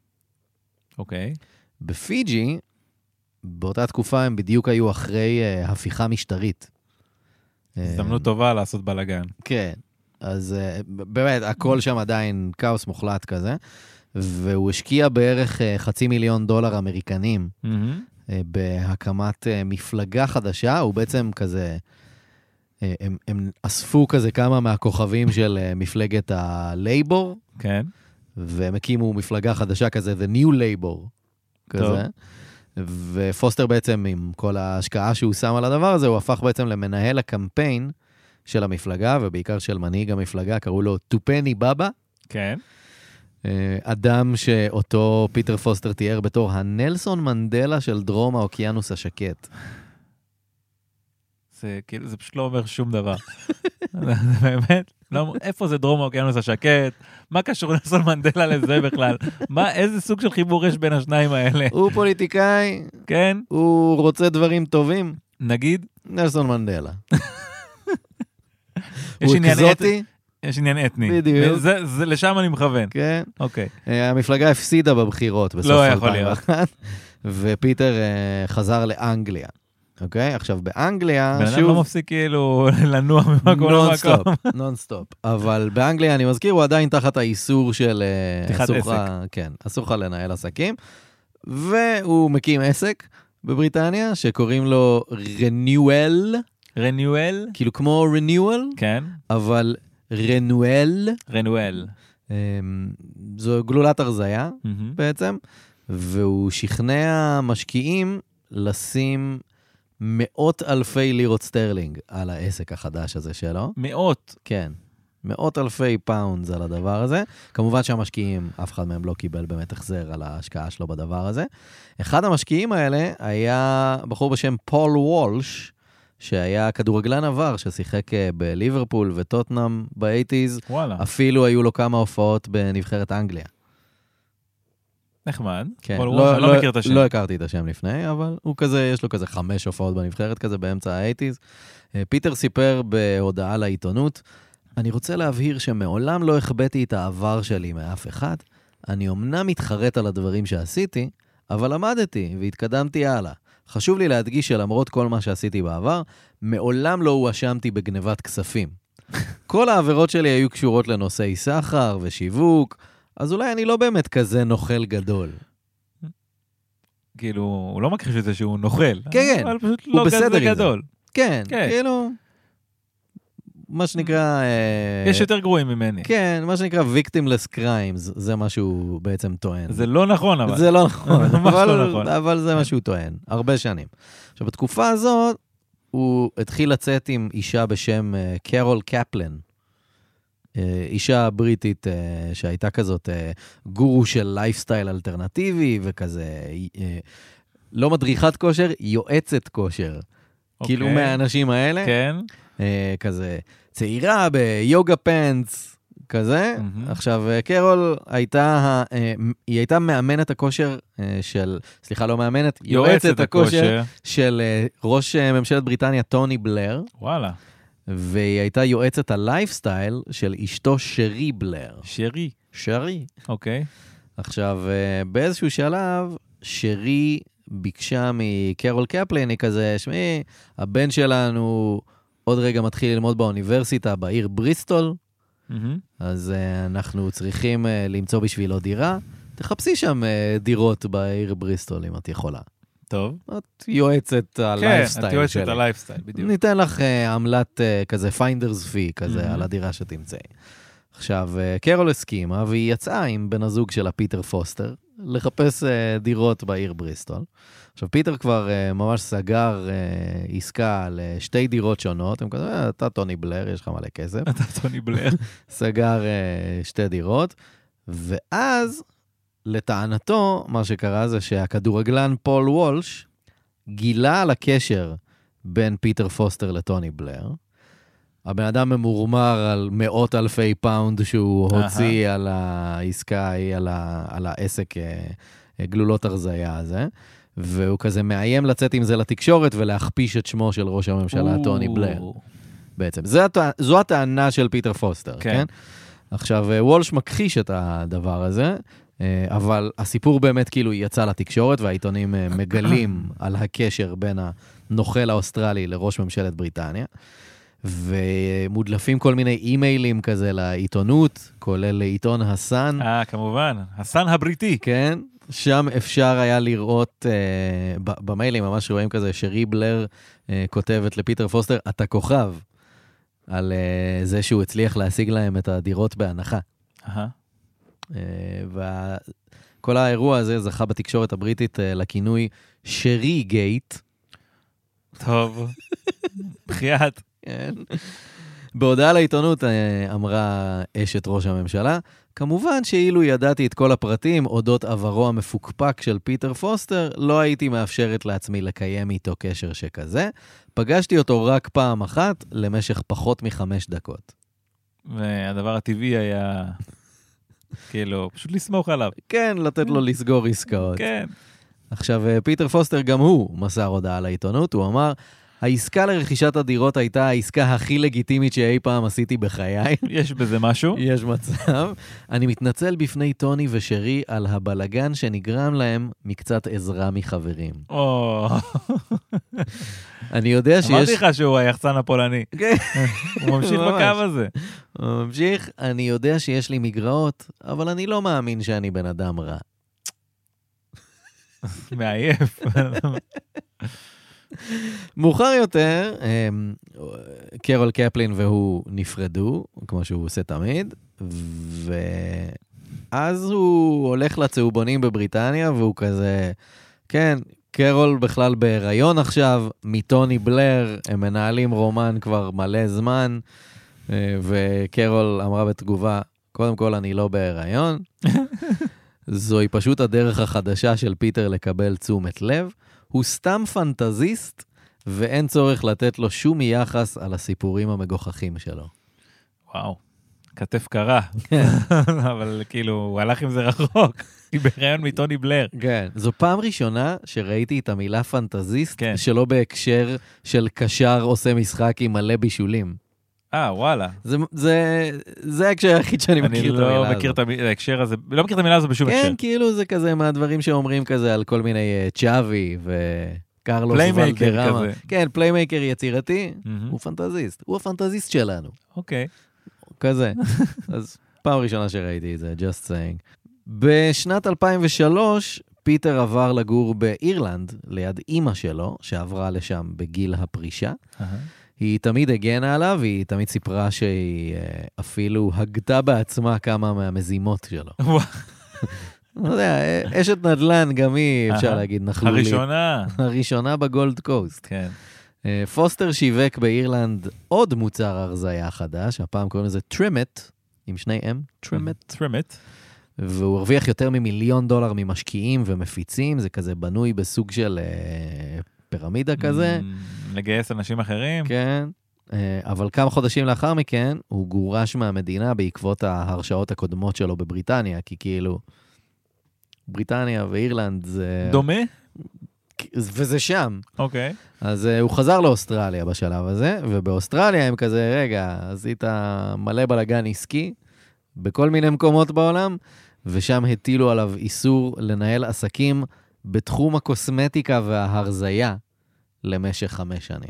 אוקיי. בפיג'י, באותה תקופה הם בדיוק היו אחרי אה, הפיכה משטרית. הזדמנות טובה לעשות בלאגן. כן. אז אה, ב- באמת, הכל שם עדיין כאוס מוחלט כזה, והוא השקיע בערך אה, חצי מיליון דולר אמריקנים אה, בהקמת אה, מפלגה חדשה, הוא בעצם כזה, אה, הם, הם אספו כזה כמה מהכוכבים של אה, מפלגת הלייבור, כן. והם הקימו מפלגה חדשה כזה, The New Labor, כזה. ופוסטר בעצם, עם כל ההשקעה שהוא שם על הדבר הזה, הוא הפך בעצם למנהל הקמפיין של המפלגה, ובעיקר של מנהיג המפלגה, קראו לו טופני בבא, כן. אה, אדם שאותו פיטר פוסטר תיאר בתור הנלסון מנדלה של דרום האוקיינוס השקט. זה כאילו, זה פשוט לא אומר שום דבר. זה באמת, לא, איפה זה דרום האוקיינוס השקט? מה קשור נלסון מנדלה לזה בכלל? מה, איזה סוג של חיבור יש בין השניים האלה? הוא פוליטיקאי, כן? הוא רוצה דברים טובים, נגיד, נלסון מנדלה. יש הוא עניין אקזוטי, יש עניין אתני. בדיוק. זה, זה, לשם אני מכוון. כן. אוקיי. אה, המפלגה הפסידה בבחירות בסוף לא יכול 2001, ופיטר אה, חזר לאנגליה, אוקיי? עכשיו, באנגליה, בן אדם לא אה, שוב, מפסיק כאילו לנוע ממקום למקום. נונסטופ, נונסטופ. אבל באנגליה, אני מזכיר, הוא עדיין תחת האיסור של... אה, פתיחת אסור עסק. לך- כן, אסור לך לנהל עסקים. והוא מקים עסק בבריטניה, שקוראים לו רניואל, רנואל? כאילו כמו רניואל, כן, אבל רנואל, רנואל. אה, זו גלולת הרזייה. מהמם. בעצם, והוא שכנע משקיעים לשים מאות אלפי לירות סטרלינג על העסק החדש הזה שלו. מאות. כן, מאות אלפי פאונדס על הדבר הזה. כמובן שהמשקיעים, אף אחד מהם לא קיבל באמת החזר על ההשקעה שלו בדבר הזה. אחד המשקיעים האלה היה בחור בשם פול וולש. שהיה כדורגלן עבר ששיחק אה, בליברפול וטוטנאם באייטיז, וואלה, אפילו היו לו כמה הופעות בנבחרת אנגליה. נחמד. כן, אבל וואלה, אני לא מכיר את השם. לא הכרתי את השם לפני, אבל הוא כזה, יש לו כזה חמש הופעות בנבחרת כזה באמצע האייטיז. אה, פיטר סיפר בהודעה לעיתונות, אני רוצה להבהיר שמעולם לא החבאתי את העבר שלי מאף אחד. אני אמנם מתחרט על הדברים שעשיתי, אבל למדתי והתקדמתי הלאה. חשוב לי להדגיש שלמרות כל מה שעשיתי בעבר, מעולם לא הואשמתי בגנבת כספים. כל העבירות שלי היו קשורות לנושאי סחר ושיווק, אז אולי אני לא באמת כזה נוכל גדול. כאילו, הוא לא מכחיש את זה שהוא נוכל. כן, אבל פשוט הוא לא בסדר כזה עם זה. גדול. כן, כן. כאילו, מה שנקרא... אה, יש יותר גרועים ממני. כן, מה שנקרא victimless crimes, זה מה שהוא בעצם טוען. זה לא נכון, אבל. זה לא נכון, ממש לא אבל- נכון. אבל זה כן. מה שהוא טוען, הרבה שנים. עכשיו, בתקופה הזאת, הוא התחיל לצאת עם אישה בשם אה, קרול קפלן. אה, אישה בריטית אה, שהייתה כזאת אה, גורו של לייפסטייל אלטרנטיבי וכזה, אה, לא מדריכת כושר, יועצת כושר. אוקיי. כאילו מהאנשים האלה. כן, אה, כזה צעירה ביוגה פנטס, כזה. מהמם. עכשיו, אה, קרול הייתה, ה- אה, מ- היא הייתה מאמנת הכושר אה, של, סליחה, לא מאמנת, יועצת הכושר של אה, ראש אה, ממשלת בריטניה טוני בלר, וואלה, והיא הייתה יועצת הלייפסטייל של אשתו שרי בלר. שרי, שרי. אוקיי. עכשיו, אה, באיזשהו שלב, שרי ביקשה מקרול קפלן, היא כזה, שמעי, הבן שלנו עוד רגע מתחיל ללמוד באוניברסיטה בעיר בריסטול, מהמם. אז אה, אנחנו צריכים אה, למצוא בשבילו דירה. תחפשי שם אה, דירות בעיר בריסטול, אם את יכולה. טוב. את יועצת כן, את הלייפסטייל יועצת שלי. הלייפסטייל, בדיוק. ניתן לך אה, עמלת אה, כזה פיינדרס פי מהמם. כזה על הדירה שתמצאי. עכשיו, אה, קרול הסכימה והיא יצאה עם בן הזוג שלה, פיטר פוסטר, לחפש אה, דירות בעיר בריסטול. עכשיו, פיטר כבר אה, ממש סגר אה, עסקה על אה, שתי דירות שונות, הם כזה, "אה, אתה טוני בלר, יש לך מלא כסף. אתה טוני בלר. סגר אה, שתי דירות, ואז, לטענתו, מה שקרה זה שהכדורגלן פול וולש גילה על הקשר בין פיטר פוסטר לטוני בלר. הבן אדם ממורמר על מאות אלפי פאונד שהוא אהה. הוציא על העסקה ההיא, על, ה, על העסק אה, אה, גלולות הרזייה הזה, והוא כזה מאיים לצאת עם זה לתקשורת ולהכפיש את שמו של ראש הממשלה טוני בלר. או, בעצם. זה הטע... זו הטענה של פיטר פוסטר, כן. כן? כן? עכשיו, אה, וולש מכחיש את הדבר הזה, אה, אבל הסיפור באמת כאילו יצא לתקשורת, והעיתונים אה, מגלים על הקשר בין הנוכל האוסטרלי לראש ממשלת בריטניה, ומודלפים כל מיני אימיילים כזה לעיתונות, כולל לעיתון הסאן. אה, כמובן, הסאן הבריטי. כן, שם אפשר היה לראות, אה, ב- במיילים ממש רואים כזה שרי בלר אה, כותבת לפיטר פוסטר, אתה כוכב, על אה, זה שהוא הצליח להשיג להם את הדירות בהנחה. אהה. אה, וה- כל האירוע הזה זכה בתקשורת הבריטית אה, לכינוי שרי גייט. טוב, בחייאת. כן. בהודעה לעיתונות אה, אמרה אשת ראש הממשלה, כמובן שאילו ידעתי את כל הפרטים אודות עברו המפוקפק של פיטר פוסטר, לא הייתי מאפשרת לעצמי לקיים איתו קשר שכזה. פגשתי אותו רק פעם אחת, למשך פחות מחמש דקות. והדבר הטבעי היה, כאילו, פשוט לסמוך עליו. כן, לתת לו לסגור עסקאות. כן. עכשיו, אה, פיטר פוסטר גם הוא מסר הודעה לעיתונות, הוא אמר, העסקה לרכישת הדירות הייתה העסקה הכי לגיטימית שאי פעם עשיתי בחיי. יש בזה משהו? יש מצב. אני מתנצל בפני טוני ושרי על הבלגן שנגרם להם מקצת עזרה מחברים. או, אני יודע שיש... אמרתי לך שהוא היחצן הפולני. כן. הוא ממשיך ממש. בקו הזה. הוא ממשיך, אני יודע שיש לי מגרעות, אבל אני לא מאמין שאני בן אדם רע. מעייף. מאוחר יותר, אמ, קרול קפלין והוא נפרדו, כמו שהוא עושה תמיד, ואז הוא הולך לצהובונים בבריטניה, והוא כזה, כן, קרול בכלל בהיריון עכשיו, מטוני בלר, הם מנהלים רומן כבר מלא זמן, אה, וקרול אמרה בתגובה, קודם כל, אני לא בהיריון. זוהי פשוט הדרך החדשה של פיטר לקבל תשומת לב. הוא סתם פנטזיסט, ואין צורך לתת לו שום יחס על הסיפורים המגוחכים שלו. וואו, כתף קרה. כן. אבל כאילו, הוא הלך עם זה רחוק. היא בריאיון מטוני בלר. כן. זו פעם ראשונה שראיתי את המילה פנטזיסט, כן. שלא בהקשר של קשר עושה משחק עם מלא בישולים. אה, וואלה. זה, זה, זה ההקשר היחיד שאני אני מכיר את המילה לא הזאת. מכיר את המי- ההקשר הזה, לא מכיר את המילה הזו בשום הקשר. כן, כאילו זה כזה מהדברים שאומרים כזה על כל מיני אה, צ'אבי וקרלוס פליימייקר ולדרמה. כזה. כן, פליימייקר יצירתי, מהמם. הוא פנטזיסט, הוא הפנטזיסט שלנו, אוקיי. כזה. אז פעם ראשונה שראיתי את זה, just saying. בשנת 2003, פיטר עבר לגור באירלנד, ליד אימא שלו, שעברה לשם בגיל הפרישה. אהה. היא תמיד הגנה עליו, היא תמיד סיפרה שהיא אה, אפילו הגתה בעצמה כמה מהמזימות שלו. וואו, לא יודע, אשת נדל"ן גם היא, אפשר אהה. להגיד, נחלולית. הראשונה. הראשונה בגולד קוסט. כן. אה, פוסטר שיווק באירלנד עוד מוצר הרזייה חדש, הפעם קוראים לזה טרימט, עם שני M, טרימט, טרימט. והוא הרוויח יותר ממיליון דולר ממשקיעים ומפיצים, זה כזה בנוי בסוג של אה, פירמידה כזה, מ, אמ, לגייס אנשים אחרים. כן. אה, אבל כמה חודשים לאחר מכן, הוא גורש מהמדינה בעקבות ההרשעות הקודמות שלו בבריטניה, כי כאילו, בריטניה ואירלנד זה... דומה? וזה שם. אוקיי. אז uh, הוא חזר לאוסטרליה בשלב הזה, ובאוסטרליה הם כזה, רגע, עשית מלא בלאגן עסקי בכל מיני מקומות בעולם, ושם הטילו עליו איסור לנהל עסקים בתחום הקוסמטיקה וההרזייה למשך חמש שנים.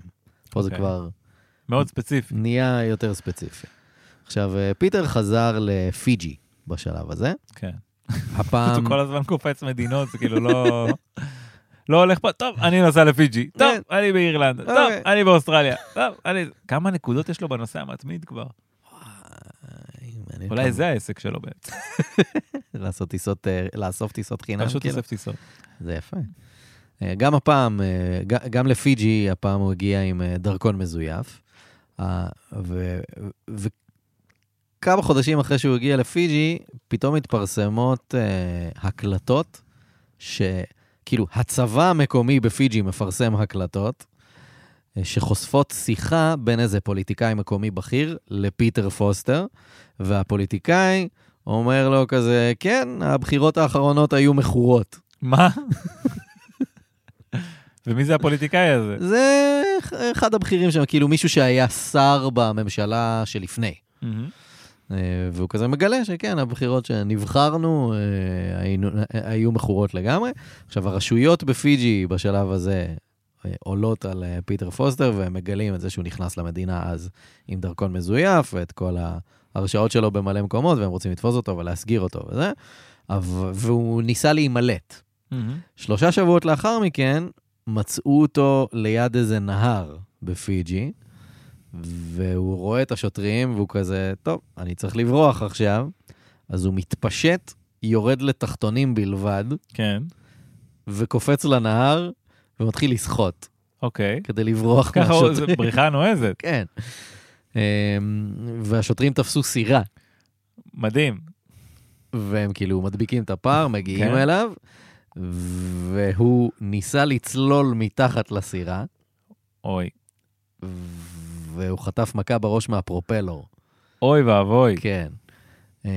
פה זה אוקיי. כבר מאוד ספציפי. נהיה יותר ספציפי. עכשיו, אה, פיטר חזר לפיג'י בשלב הזה. כן. הפעם... הוא כל הזמן קופץ מדינות, זה כאילו לא... לא הולך פה, טוב, אני נוסע לפיג'י, טוב, אני באירלנד, טוב, כן. אוקיי. אני באוסטרליה, טוב, אני... כמה נקודות יש לו בנושא המתמיד כבר? אה, מעניין אולי כן, כמה- זה העסק שלו בעצם, לעשות טיסות, אה, לאסוף טיסות חינם. פשוט כאילו. אוסף טיסות. זה יפה. אה, גם הפעם, אה, ג- גם לפיג'י, הפעם הוא הגיע עם אה, דרכון מזויף. אה, ו- ו- וכמה חודשים אחרי שהוא הגיע לפיג'י, פתאום מתפרסמות אה, הקלטות, שכאילו, הצבא המקומי בפיג'י מפרסם הקלטות, אה, שחושפות שיחה בין איזה פוליטיקאי מקומי בכיר לפיטר פוסטר, והפוליטיקאי אומר לו כזה, כן, הבחירות האחרונות היו מכורות. מה? ומי זה הפוליטיקאי הזה? לא. זה אחד הבכירים שם, כאילו מישהו שהיה שר בממשלה שלפני. מהמם. אה, והוא כזה מגלה שכן, הבחירות שנבחרנו אה, היינו, אה, היו מכורות לגמרי. עכשיו, הרשויות בפיג'י בשלב הזה אה, עולות על אה, פיטר פוסטר, והם מגלים את זה שהוא נכנס למדינה אז עם דרכון מזויף, ואת כל ההרשאות שלו במלא מקומות, והם רוצים לתפוס אותו ולהסגיר אותו וזה. אבל- והוא ניסה להימלט. מהמם. שלושה שבועות לאחר מכן, מצאו אותו ליד איזה נהר בפיג'י, והוא רואה את השוטרים והוא כזה, טוב, אני צריך לברוח עכשיו. אז הוא מתפשט יורד לתחתונים בלבד, כן, וקופץ לנהר, ומתחיל לשחות, אוקיי. כדי לברוח ככה הוא- זה מהשוטרים. בריחה נועזת, כן. אמ, והשוטרים תפסו סירה, מדהים. והם כאילו מדביקים את הפער, מגיעים כן. אליו, והוא ניסה לצלול מתחת לסירה, אוי, והוא חטף מכה בראש מהפרופלור. אוי ואבוי, כן. אמ,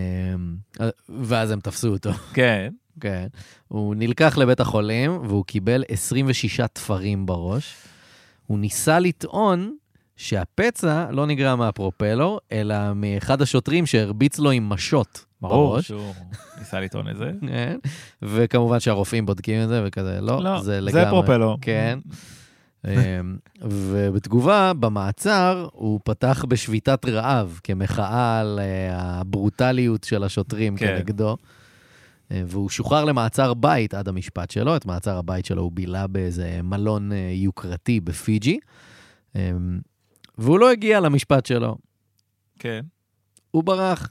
ואז הם תפסו אותו. כן. כן. הוא נלקח לבית החולים, והוא קיבל 26 תפרים בראש. הוא ניסה לטעון שהפצע לא נגרע מהפרופלור, אלא מאחד השוטרים שהרביץ לו עם משות ברור בראש. שהוא ניסה לטעון את זה. כן. וכמובן שהרופאים בודקים את זה וכזה, לא, לא, זה לגמרי. זה פרופלו. כן. אמ, ובתגובה, במעצר, הוא פתח בשביתת רעב כמחאה על אה, הברוטליות של השוטרים כן. כנגדו. אה, והוא שוחרר למעצר בית עד המשפט שלו. את מעצר הבית שלו הוא בילה באיזה מלון אה, יוקרתי בפיג'י. אמ, והוא לא הגיע למשפט שלו, כן, הוא ברח.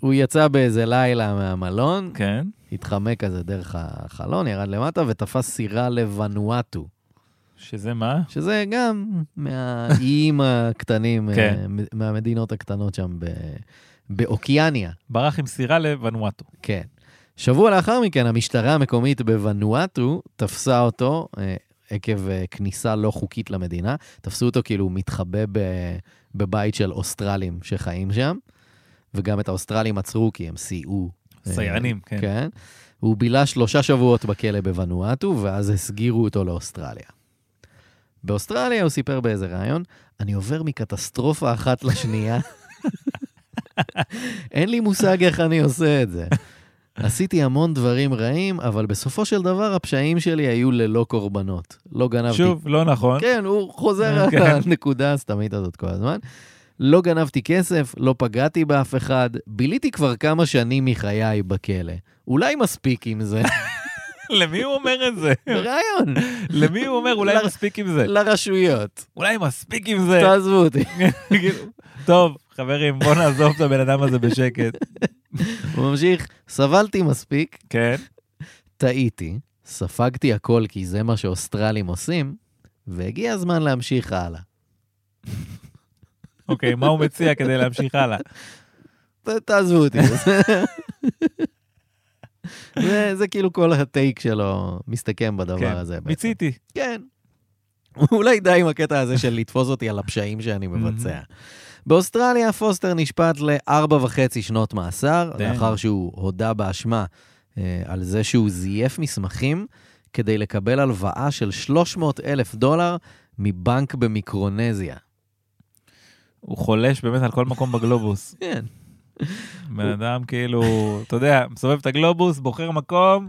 הוא יצא באיזה לילה מהמלון, כן. התחמק כזה דרך החלון, ירד למטה ותפס סירה לוונואטו. שזה מה? שזה גם מהאיים הקטנים, כן. אה, מ- מהמדינות הקטנות שם ב- באוקיאניה, ברח עם סירה לוונואטו. כן. שבוע לאחר מכן, המשטרה המקומית בוונואטו תפסה אותו אה, עקב אה, כניסה לא חוקית למדינה. תפסו אותו כאילו מתחבא ב, בבית של אוסטרלים שחיים שם, וגם את האוסטרלים עצרו כי הם סייעו. אה, סייענים, כן. כן. הוא בילה שלושה שבועות בכלא בוונואטו, ואז הסגירו אותו לאוסטרליה. באוסטרליה הוא סיפר באיזה ראיון, אני עובר מקטסטרופה אחת לשנייה. אין לי מושג איך אני עושה את זה. עשיתי המון דברים רעים, אבל בסופו של דבר הפשעים שלי היו ללא קורבנות. לא גנבתי שוב, לא נכון. כן, הוא חוזר כן. על הנקודה הסתמית הזאת כל הזמן. לא גנבתי כסף, לא פגעתי באף אחד, ביליתי כבר כמה שנים מחיי בכלא. אולי מספיק עם זה, למי הוא אומר את זה? ברעיון, למי הוא אומר, אולי ל- מספיק עם לא. זה? לרשויות. אולי מספיק עם זה. תעזבו אותי. כאילו, טוב, חברים, בואו נעזוב את הבן אדם הזה בשקט. הוא ממשיך, סבלתי מספיק, כן, טעיתי, ספגתי הכל כי זה מה שאוסטרלים עושים, והגיע הזמן להמשיך הלאה. אוקיי, מה הוא מציע כדי להמשיך הלאה? ת- תעזבו אותי. זה, זה כאילו כל הטייק שלו מסתכם בדבר כן, הזה. בעצם. מיציתי. כן. אולי די עם הקטע הזה של לתפוס אותי על הפשעים שאני מבצע. באוסטרליה פוסטר נשפט לארבע וחצי שנות מאסר, די. לאחר שהוא הודה באשמה אה, על זה שהוא זייף מסמכים כדי לקבל הלוואה של 300 אלף דולר מבנק במיקרונזיה. הוא חולש באמת על כל מקום בגלובוס. כן. בן אדם כאילו, אתה יודע, מסובב את הגלובוס, בוחר מקום,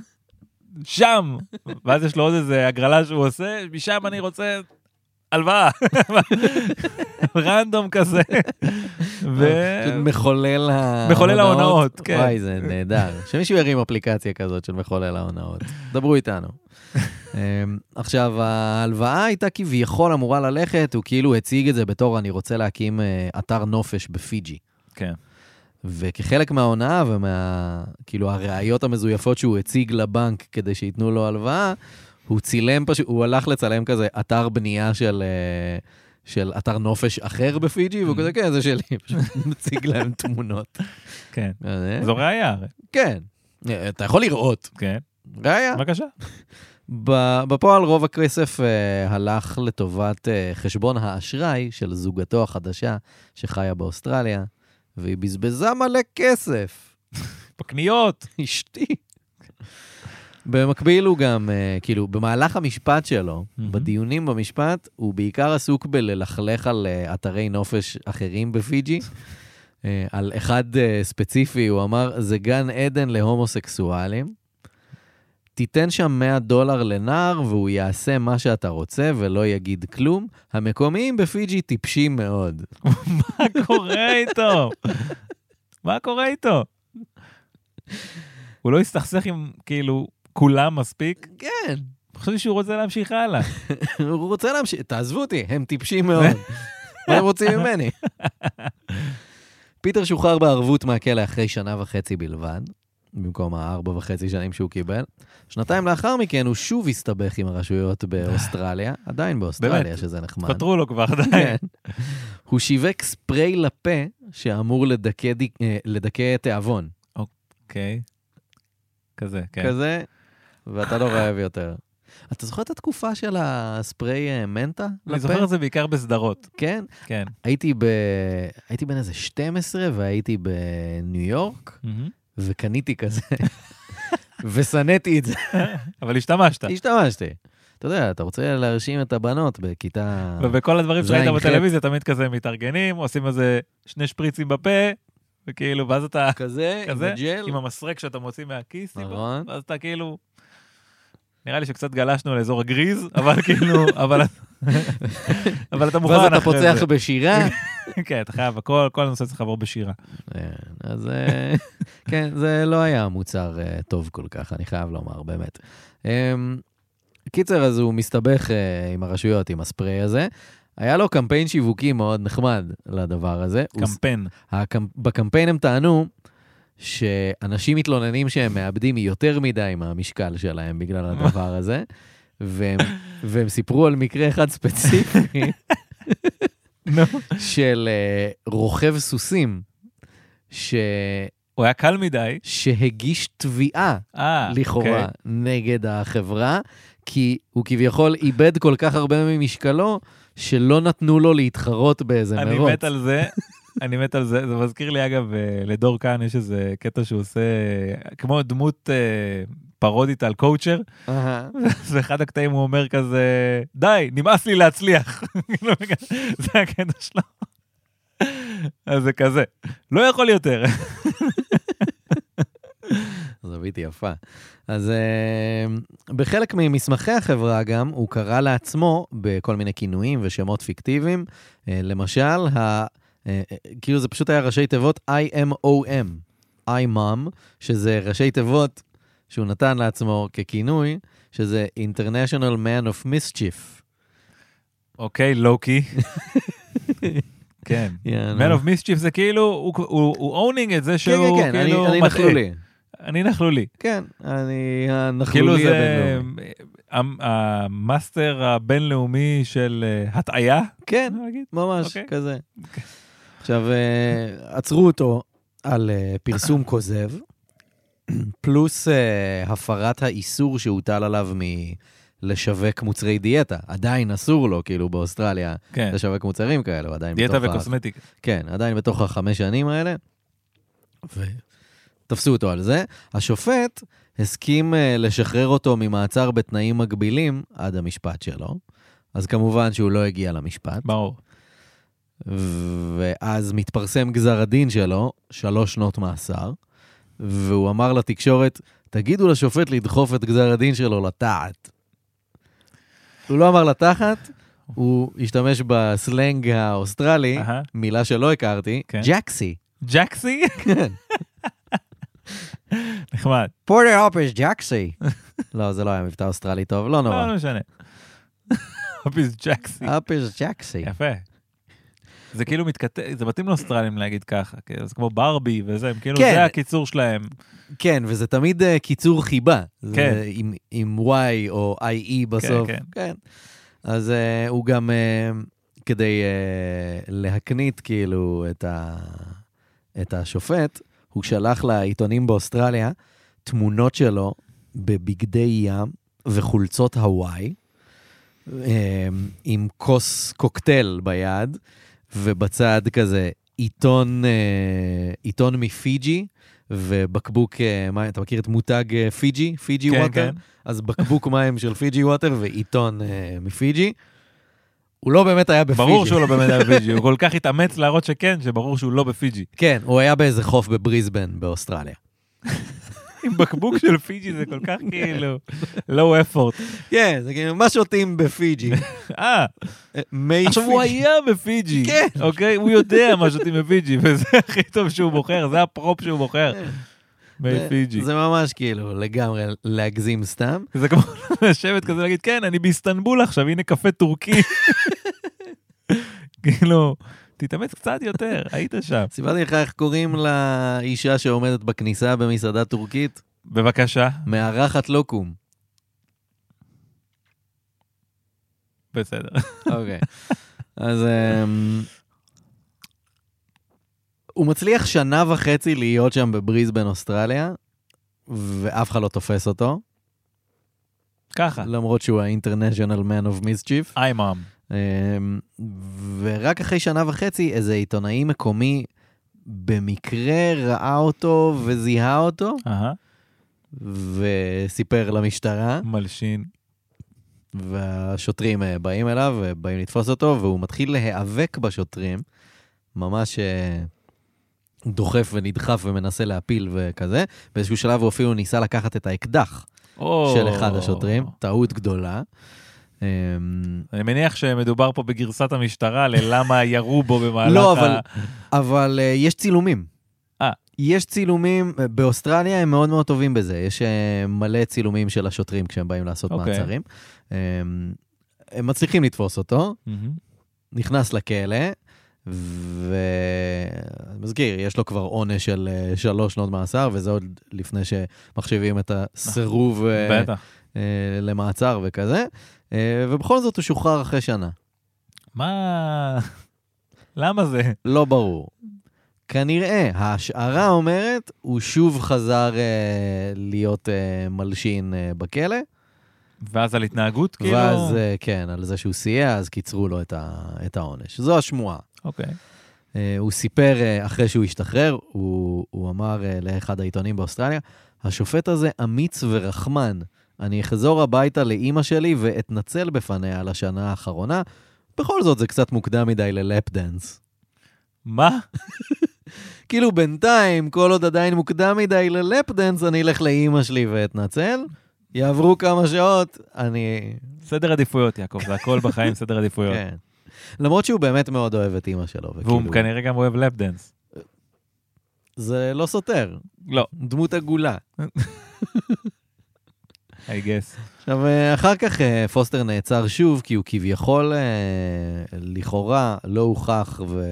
שם! ואז יש לו עוד איזה הגרלה שהוא עושה, משם אני רוצה הלוואה. רנדום כזה. ו... אה, מחולל ההונאות. מחולל ההונאות, כן. וואי, זה נהדר. שמישהו ירים אפליקציה כזאת של מחולל ההונאות. דברו איתנו. אמ, עכשיו, ההלוואה הייתה כביכול אמורה ללכת, הוא כאילו הציג את זה בתור אני רוצה להקים אה, אתר נופש בפיג'י. כן. וכחלק מההונאה ומה... כאילו, הראיות המזויפות שהוא הציג לבנק כדי שייתנו לו הלוואה, הוא צילם פשוט, הוא הלך לצלם כזה אתר בנייה של... אה, של אתר נופש אחר בפיג'י, והוא Mm. כזה, כן, זה שלי, פשוט מציג להם תמונות. כן. אה, זו ראייה, הרי. כן, אה, אתה יכול לראות. כן. ראיה. בבקשה. ב- בפועל רוב הכסף אה, הלך לטובת אה, חשבון האשראי של זוגתו החדשה שחיה באוסטרליה, והיא בזבזה מלא כסף. בקניות. אשתי. במקביל הוא גם, אה, כאילו, במהלך המשפט שלו, מהמם. בדיונים במשפט, הוא בעיקר עסוק בללכלך על אה, אתרי נופש אחרים בפיג'י. אה, על אחד אה, ספציפי, הוא אמר, זה גן עדן להומוסקסואלים. תיתן שם 100 דולר לנער והוא יעשה מה שאתה רוצה ולא יגיד כלום. המקומיים בפיג'י טיפשים מאוד. מה קורה איתו? מה קורה איתו? הוא לא הסתכסך עם, כאילו, כולם מספיק? כן, חשבתי שהוא רוצה להמשיך הלאה. הוא רוצה להמשיך, תעזבו אותי, הם טיפשים מאוד. מה הם רוצים ממני? פיטר שוחרר בערבות מהכלא אחרי שנה וחצי בלבד. במקום הארבע וחצי שנים שהוא קיבל. שנתיים לאחר מכן הוא שוב הסתבך עם הרשויות באוסטרליה, עדיין באוסטרליה, באמת, שזה נחמד. פטרו לו כבר, די. כן. הוא שיווק ספרי לפה שאמור לדכא דיק- אה, לדכא תיאבון. אוקיי. כזה, כן. כזה, ואתה לא רעב יותר. אתה זוכר את התקופה של הספרי אה, מנטה? אני לפה? זוכר את זה בעיקר בסדרות, כן. כן. הייתי ב... הייתי בן איזה 12 והייתי בניו יורק, וקניתי כזה, ושנאתי את זה. אבל השתמשת. השתמשתי. אתה יודע, אתה רוצה להרשים את הבנות בכיתה... ובכל הדברים זין, שראית חטא. בטלוויזיה, תמיד כזה מתארגנים, עושים איזה שני שפריצים בפה, וכאילו, ואז אתה כזה, עם כזה, הג'ל. עם המסרק שאתה מוציא מהכיס, טיפה, נכון. ואז אתה כאילו... נראה לי שקצת גלשנו לאזור הגריז, אבל כאילו, אבל... אבל אתה מוכן ואז אחרי אתה זה. פוצח בשירה. כן, אתה חייב, הכל, כל הנושא צריך לעבור בשירה. כן, אז אה, כן, זה לא היה מוצר אה, טוב כל כך, אני חייב לומר, באמת. אמ, קיצר, אז הוא מסתבך אה, עם הרשויות, עם הספרי הזה. היה לו קמפיין שיווקי מאוד נחמד לדבר הזה. הוא ס- קמפיין. הקמפ... בקמפיין הם טענו שאנשים מתלוננים שהם מאבדים יותר מדי מהמשקל שלהם בגלל הדבר הזה, והם, והם סיפרו על מקרה אחד ספציפי נו. של אה, רוכב סוסים. ש... הוא היה קל מדי. שהגיש תביעה אה, לכאורה אוקיי. נגד החברה, כי הוא כביכול איבד כל כך הרבה ממשקלו, שלא נתנו לו להתחרות באיזה מרוץ. אני מת על זה. אני מת על זה, זה מזכיר לי אגב, אה, לדור כאן יש איזה קטע שהוא עושה אה, כמו דמות אה, פרודית על קואוצ'ר, אהה. ואחד הקטעים הוא אומר כזה, די, נמאס לי להצליח. כאילו, זה הקטע שלו. אז זה כזה, לא יכול יותר. זווית יפה. אז אה, בחלק ממסמכי החברה גם, הוא קרא לעצמו בכל מיני כינויים ושמות פיקטיביים. אה, למשל, ה, אה, אה, כאילו זה פשוט היה ראשי תיבות IMOM, IMOM, שזה ראשי תיבות שהוא נתן לעצמו ככינוי, שזה International Man of Mischief. אוקיי, לוקי. כן. Man of mischief זה כאילו, הוא- הוא- הוא אונינג את זה שהוא כן, כן, כן, כאילו אני, אני מטעה. נכלולי. אני נכלולי. כן, אני כאילו הנכלולי זה הבינלאומי. המ- המאסטר הבינלאומי של אה, הטעיה. כן, אני אגיד. ממש, אוקיי. כזה. אוקיי. עכשיו, אה, עצרו אותו על אה, פרסום כוזב, פלוס אה, הפרת האיסור שהוטל עליו מלשווק מוצרי דיאטה. עדיין אסור לו, כאילו, באוסטרליה, כן, לשווק מוצרים כאלה, הוא עדיין דיאטה בתוך ה- וקוסמטיקה. כן, עדיין בתוך החמש שנים האלה. ותפסו אותו על זה. השופט הסכים אה, לשחרר אותו ממעצר בתנאים מגבילים עד המשפט שלו. אז כמובן שהוא לא הגיע למשפט. ברור. ואז מתפרסם גזר הדין שלו, שלוש שנות מאסר, והוא אמר לתקשורת, תגידו לשופט לדחוף את גזר הדין שלו לתחת. הוא לא אמר לתחת, הוא השתמש בסלנג האוסטרלי, אהה. מילה שלא הכרתי, כן. ג'קסי. ג'קסי? כן. נחמד. פורטר הופרס ג'קסי. לא, זה לא היה מבטא אוסטרלי טוב, לא אה. לא, נורא. לא משנה. אופיס ג'קסי. הופרס ג'קסי. לא, יפה. זה כאילו מתכתב, זה מתאים לאוסטרלים להגיד ככה, כאילו, זה כמו ברבי וזה, הם כאילו, כן. זה הקיצור שלהם. כן, וזה תמיד אה, קיצור חיבה. זה כן. עם, עם Y או IE בסוף. כן. כן. אז אה, הוא גם, אה, כדי אה, להקנית כאילו את, ה, את השופט, הוא שלח לעיתונים באוסטרליה תמונות שלו בבגדי ים וחולצות הוואי, אה, עם כוס קוקטייל ביד, ובצד כזה עיתון, אה, עיתון מפיג'י. ובקבוק, אה, מים, אתה מכיר את מותג אה, פיג'י? פיג'י כן, ווטר? כן. אז בקבוק מים של פיג'י ווטר ועיתון אה, מפיג'י. הוא לא באמת היה בפיג'י. ברור שהוא לא באמת היה בפיג'י, הוא כל כך התאמץ להראות שכן, שברור שהוא לא בפיג'י. כן, הוא היה באיזה חוף בבריסבן באוסטרליה. עם בקבוק של פיג'י זה כל כך כאילו, לואו אפורט. כן, זה כאילו, מה שותים בפיג'י? אה, אה, מי עכשיו הוא היה בפיג'י, כן. אוקיי? הוא יודע מה שותים בפיג'י, וזה הכי טוב שהוא בוחר, זה הפרופ שהוא בוחר. זה- בפיג'י. כן. זה ממש כאילו לגמרי להגזים סתם. זה כמו לשבת כזה ולהגיד, כן, אני באיסטנבול עכשיו, הנה קפה טורקי. כאילו, תתאמץ קצת יותר, היית שם. סיפרתי לך איך קוראים לאישה שעומדת בכניסה במסעדה טורקית? בבקשה, מארחת לא לוקום. בסדר. אוקיי. אז אמ, הוא מצליח שנה וחצי להיות שם בבריזבן, אוסטרליה, ואף אחד לא תופס אותו, ככה. למרות שהוא ה-International Man of Mischief. היי מאם. אמ, ורק אחרי שנה וחצי איזה עיתונאי מקומי במקרה ראה אותו וזיהה אותו אהה, וסיפר למשטרה, מלשין. והשוטרים אה, באים אליו, אה, באים לתפוס אותו, והוא מתחיל להיאבק בשוטרים, ממש אה, דוחף ונדחף ומנסה להפיל וכזה. באיזשהו שלב הוא אפילו ניסה לקחת את האקדח או. של אחד השוטרים, טעות גדולה. אמ, אני מניח שמדובר פה בגרסת המשטרה ללמה ירו בו במהלך לא, ה... אבל- אבל אה, יש צילומים. אה. יש צילומים, אה, באוסטרליה הם מאוד מאוד טובים בזה, יש אה, מלא צילומים של השוטרים כשהם באים לעשות אוקיי. מעצרים. אמ, הם מצליחים לתפוס אותו, מהמם. נכנס לכלא, ואני מזכיר, יש לו כבר עונש של אה, שלוש שנות מאסר, וזה עוד לפני שמחשיבים את הסירוב אה, בטח. אה, למעצר וכזה, אה, ובכל זאת הוא שוחרר אחרי שנה. מה... למה זה? לא ברור. כנראה, ההשערה אומרת, הוא שוב חזר אה, להיות אה, מלשין אה, בכלא, ואז על התנהגות, כאילו? ואז, אה, כן, על זה שהוא סייע, אז קיצרו לו את, ה, את העונש. זו השמועה. אוקיי. אה, הוא סיפר, אה, אחרי שהוא השתחרר, הוא, הוא אמר אה, לאחד העיתונים באוסטרליה, השופט הזה אמיץ ורחמן. אני אחזור הביתה לאימא שלי ואתנצל בפניה על השנה האחרונה. בכל זאת, זה קצת מוקדם מדי ללאפ דאנס. מה? כאילו בינתיים, כל עוד עדיין מוקדם מדי ללפדנס, אני אלך לאימא שלי ואתנצל. יעברו כמה שעות, אני... סדר עדיפויות, יעקב, זה הכל בחיים סדר עדיפויות. כן. כאילו- למרות שהוא באמת מאוד אוהב את אימא שלו, וכאילו... והוא כנראה גם אוהב לאפ דאנס. זה לא סותר, לא, דמות עגולה. I guess. עכשיו, אה, אחר כך אה, פוסטר נעצר שוב, כי הוא כביכול, אה, לכאורה, לא הוכח ו...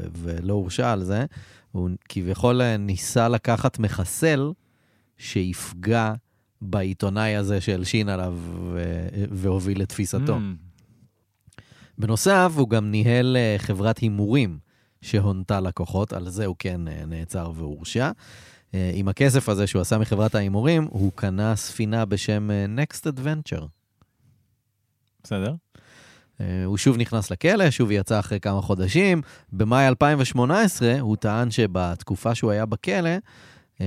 ולא הורשע על זה. הוא כביכול אה, ניסה לקחת מחסל שיפגע בעיתונאי הזה שהלשין עליו ו... והוביל לתפיסתו. Mm. בנוסף, הוא גם ניהל אה, חברת הימורים שהונתה לקוחות, על זה הוא כן אה, נעצר והורשע. אה, עם הכסף הזה שהוא עשה מחברת ההימורים, הוא קנה ספינה בשם אה, Next Adventure. בסדר. אה, הוא שוב נכנס לכלא, שוב יצא אחרי כמה חודשים. במאי 2018 הוא טען שבתקופה שהוא היה בכלא, אה,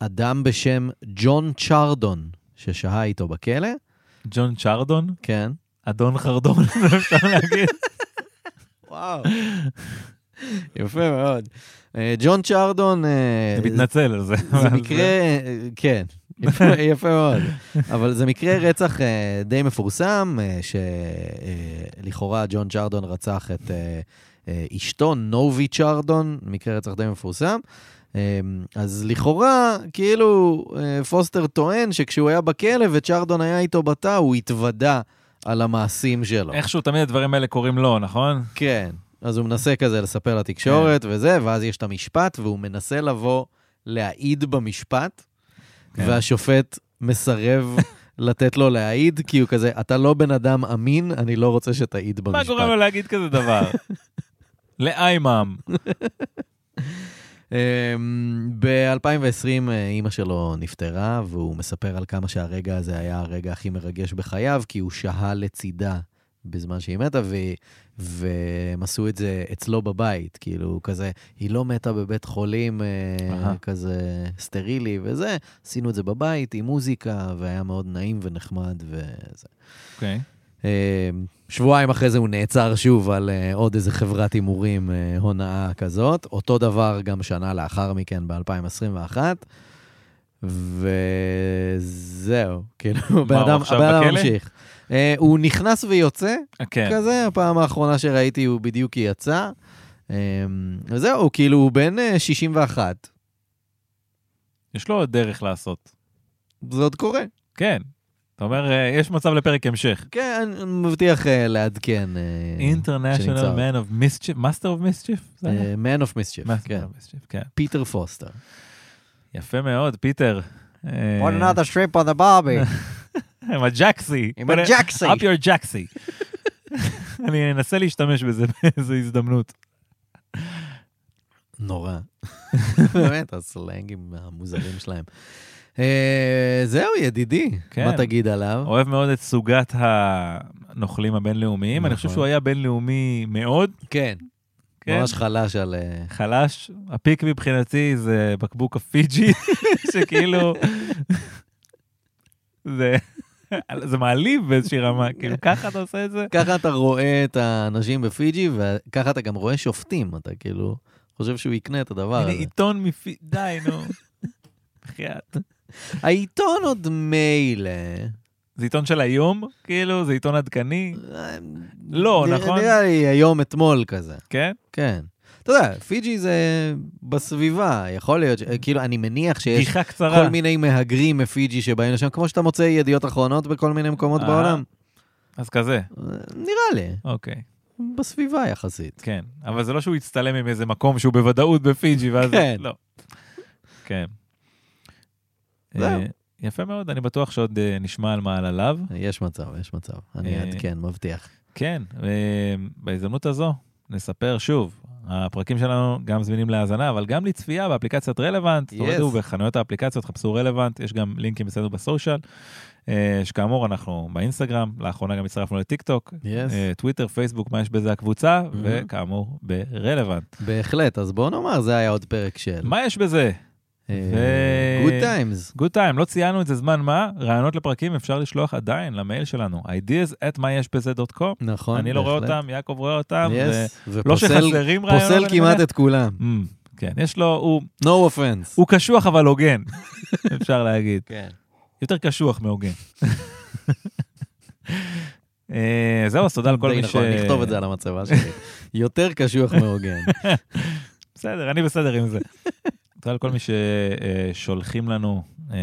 אדם בשם ג'ון צ'רדון, ששהה איתו בכלא, ג'ון צ'רדון? כן, אדון חרדון, אפשר להגיד. וואו. יפה מאוד. אה, ג'ון צ'רדון... אה, אני מתנצל על זה. זה מקרה, אה, כן, יפה- יפה מאוד. אבל זה מקרה רצח אה, די מפורסם, אה, שלכאורה ג'ון צ'רדון רצח את אה, אה, אשתו, נובי צ'רדון, מקרה רצח די מפורסם. אה, אז לכאורה, כאילו, אה, פוסטר טוען שכשהוא היה בכלא וצ'רדון היה איתו בתא, הוא התוודה על המעשים שלו. איכשהו תמיד הדברים האלה קורים לו, נכון? כן, אז הוא מנסה כזה לספר לתקשורת וזה, ואז יש את המשפט, והוא מנסה לבוא להעיד במשפט, כן. והשופט מסרב לתת לו להעיד, כי הוא כזה, אתה לא בן אדם אמין, אני לא רוצה שתעיד מה במשפט. גורם לו להגיד כזה דבר? לאיימאם. אמ, ב-2020 אה, אימא שלו נפטרה, והוא מספר על כמה שהרגע הזה היה הרגע הכי מרגש בחייו, כי הוא שהה לצידה בזמן שהיא מתה, ו... והם עשו את זה אצלו בבית, כאילו, כזה, היא לא מתה בבית חולים אה, אהה. כזה סטרילי וזה, עשינו את זה בבית עם מוזיקה, והיה מאוד נעים ונחמד וזה. אוקיי. אה, שבועיים אחרי זה הוא נעצר שוב על אה, עוד איזה חברת הימורים, אה, הונאה כזאת. אותו דבר גם שנה לאחר מכן, ב-2021. וזהו, כאילו, הבן הוא אדם עכשיו הבן אדם בכלא? ממשיך. אה, הוא נכנס ויוצא, כן. כזה, הפעם האחרונה שראיתי הוא בדיוק יצא. אה, וזהו, כאילו, הוא בן אה, 61, יש לו עוד דרך לעשות. זה עוד קורה. כן. אתה אומר, אה, יש מצב לפרק המשך. כן, אני מבטיח אה, לעדכן. אה, International שנמצא. Man of Mischief, Master of Mischief? זה היה? אה, Man of Mischief, Master כן. of Mischief, כן. פיטר פוסטר. יפה מאוד, פיטר. אה, strip on the barbie. עם הג'קסי. עם הג'קסי. up your ג'קסי. אני אנסה להשתמש בזה באיזו הזדמנות. נורא. באמת, הסלנגים המוזרים שלהם. אה, זהו, ידידי, כן. מה תגיד עליו? אוהב מאוד את סוגת הנוכלים הבינלאומיים. אני חושב נכון. שהוא היה בינלאומי מאוד. כן, כן. ממש חלש על... אה, חלש. הפיק מבחינתי זה בקבוק הפיג'י, שכאילו... זה... זה מעליב באיזושהי רמה, כאילו ככה אתה עושה את זה? ככה אתה רואה את האנשים בפיג'י, וככה אתה גם רואה שופטים, אתה כאילו חושב שהוא יקנה את הדבר הנה הזה. עיתון מפי... די, נו. בחייאת. העיתון עוד מילא. אה, זה עיתון של היום? כאילו, זה עיתון עדכני? לא, נראה- נכון? נראה לי היום אתמול כזה, כן? כן. אתה יודע, פיג'י זה בסביבה, יכול להיות, ש- כאילו, אני מניח שיש גיחה קצרה. כל מיני מהגרים מפיג'י שבאים לשם, כמו שאתה מוצא ידיעות אחרונות בכל מיני מקומות אה. בעולם. אז כזה, אה, נראה לי, אוקיי, בסביבה יחסית. כן. אבל זה לא שהוא יצטלם עם איזה מקום שהוא בוודאות בפיג'י, ואז... כן. לא. כן. זהו. אה, יפה מאוד, אני בטוח שעוד אה, נשמע על מה על עליו. יש מצב, יש מצב. אני אה. אעדכן, מבטיח. כן, אה, בהזדמנות הזו נספר שוב. הפרקים שלנו גם זמינים להאזנה, אבל גם לצפייה באפליקציית רלוונט. Yes. תורידו בחנויות האפליקציות, חפשו רלוונט, יש גם לינקים אצלנו בסושיאל. אה, שכאמור, אנחנו באינסטגרם, לאחרונה גם הצטרפנו לטיק טוק, Yes. אה, טוויטר, פייסבוק, מה יש בזה הקבוצה, Mhm. וכאמור, ברלוונט. בהחלט, אז בואו נאמר, זה היה עוד פרק של... אה, מה יש בזה? ו- גוד טיימס. Good time, לא ציינו את זה זמן מה, רעיונות לפרקים אפשר לשלוח עדיין למייל שלנו, ideas at מה יש בזה דוט קום. נכון, אני לא רואה בהחלט. אותם, יעקב רואה אותם, ו- Yes, לא ופוסל שחסרים רעיונות. פוסל אני כמעט מניח. את כולם. Mm, כן, יש לו, הוא- No offense. הוא קשוח אבל הוגן, אפשר להגיד. כן. יותר קשוח מהוגן. אה, זהו, אז תודה לכל די מי ש... נכון, נכתוב את זה על המצבה שלי. יותר קשוח מהוגן. בסדר, אני בסדר עם זה. תודה לכל מי ששולחים לנו אה,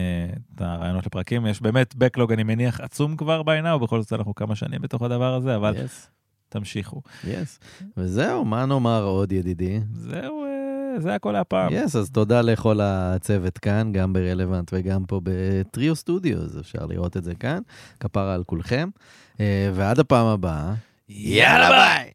את הרעיונות לפרקים. יש באמת בקלוג, אני מניח, עצום כבר בעיניו, בכל זאת אנחנו כמה שנים בתוך הדבר הזה, אבל Yes, תמשיכו. yes. וזהו, מה נאמר עוד, ידידי? זהו, אה, זה הכל הפעם. יס, אז תודה לכל הצוות כאן, גם ברלוונט וגם פה בטריו סטודיוס, אפשר לראות את זה כאן. כפרה על כולכם. אה, ועד הפעם הבאה, יאללה ביי!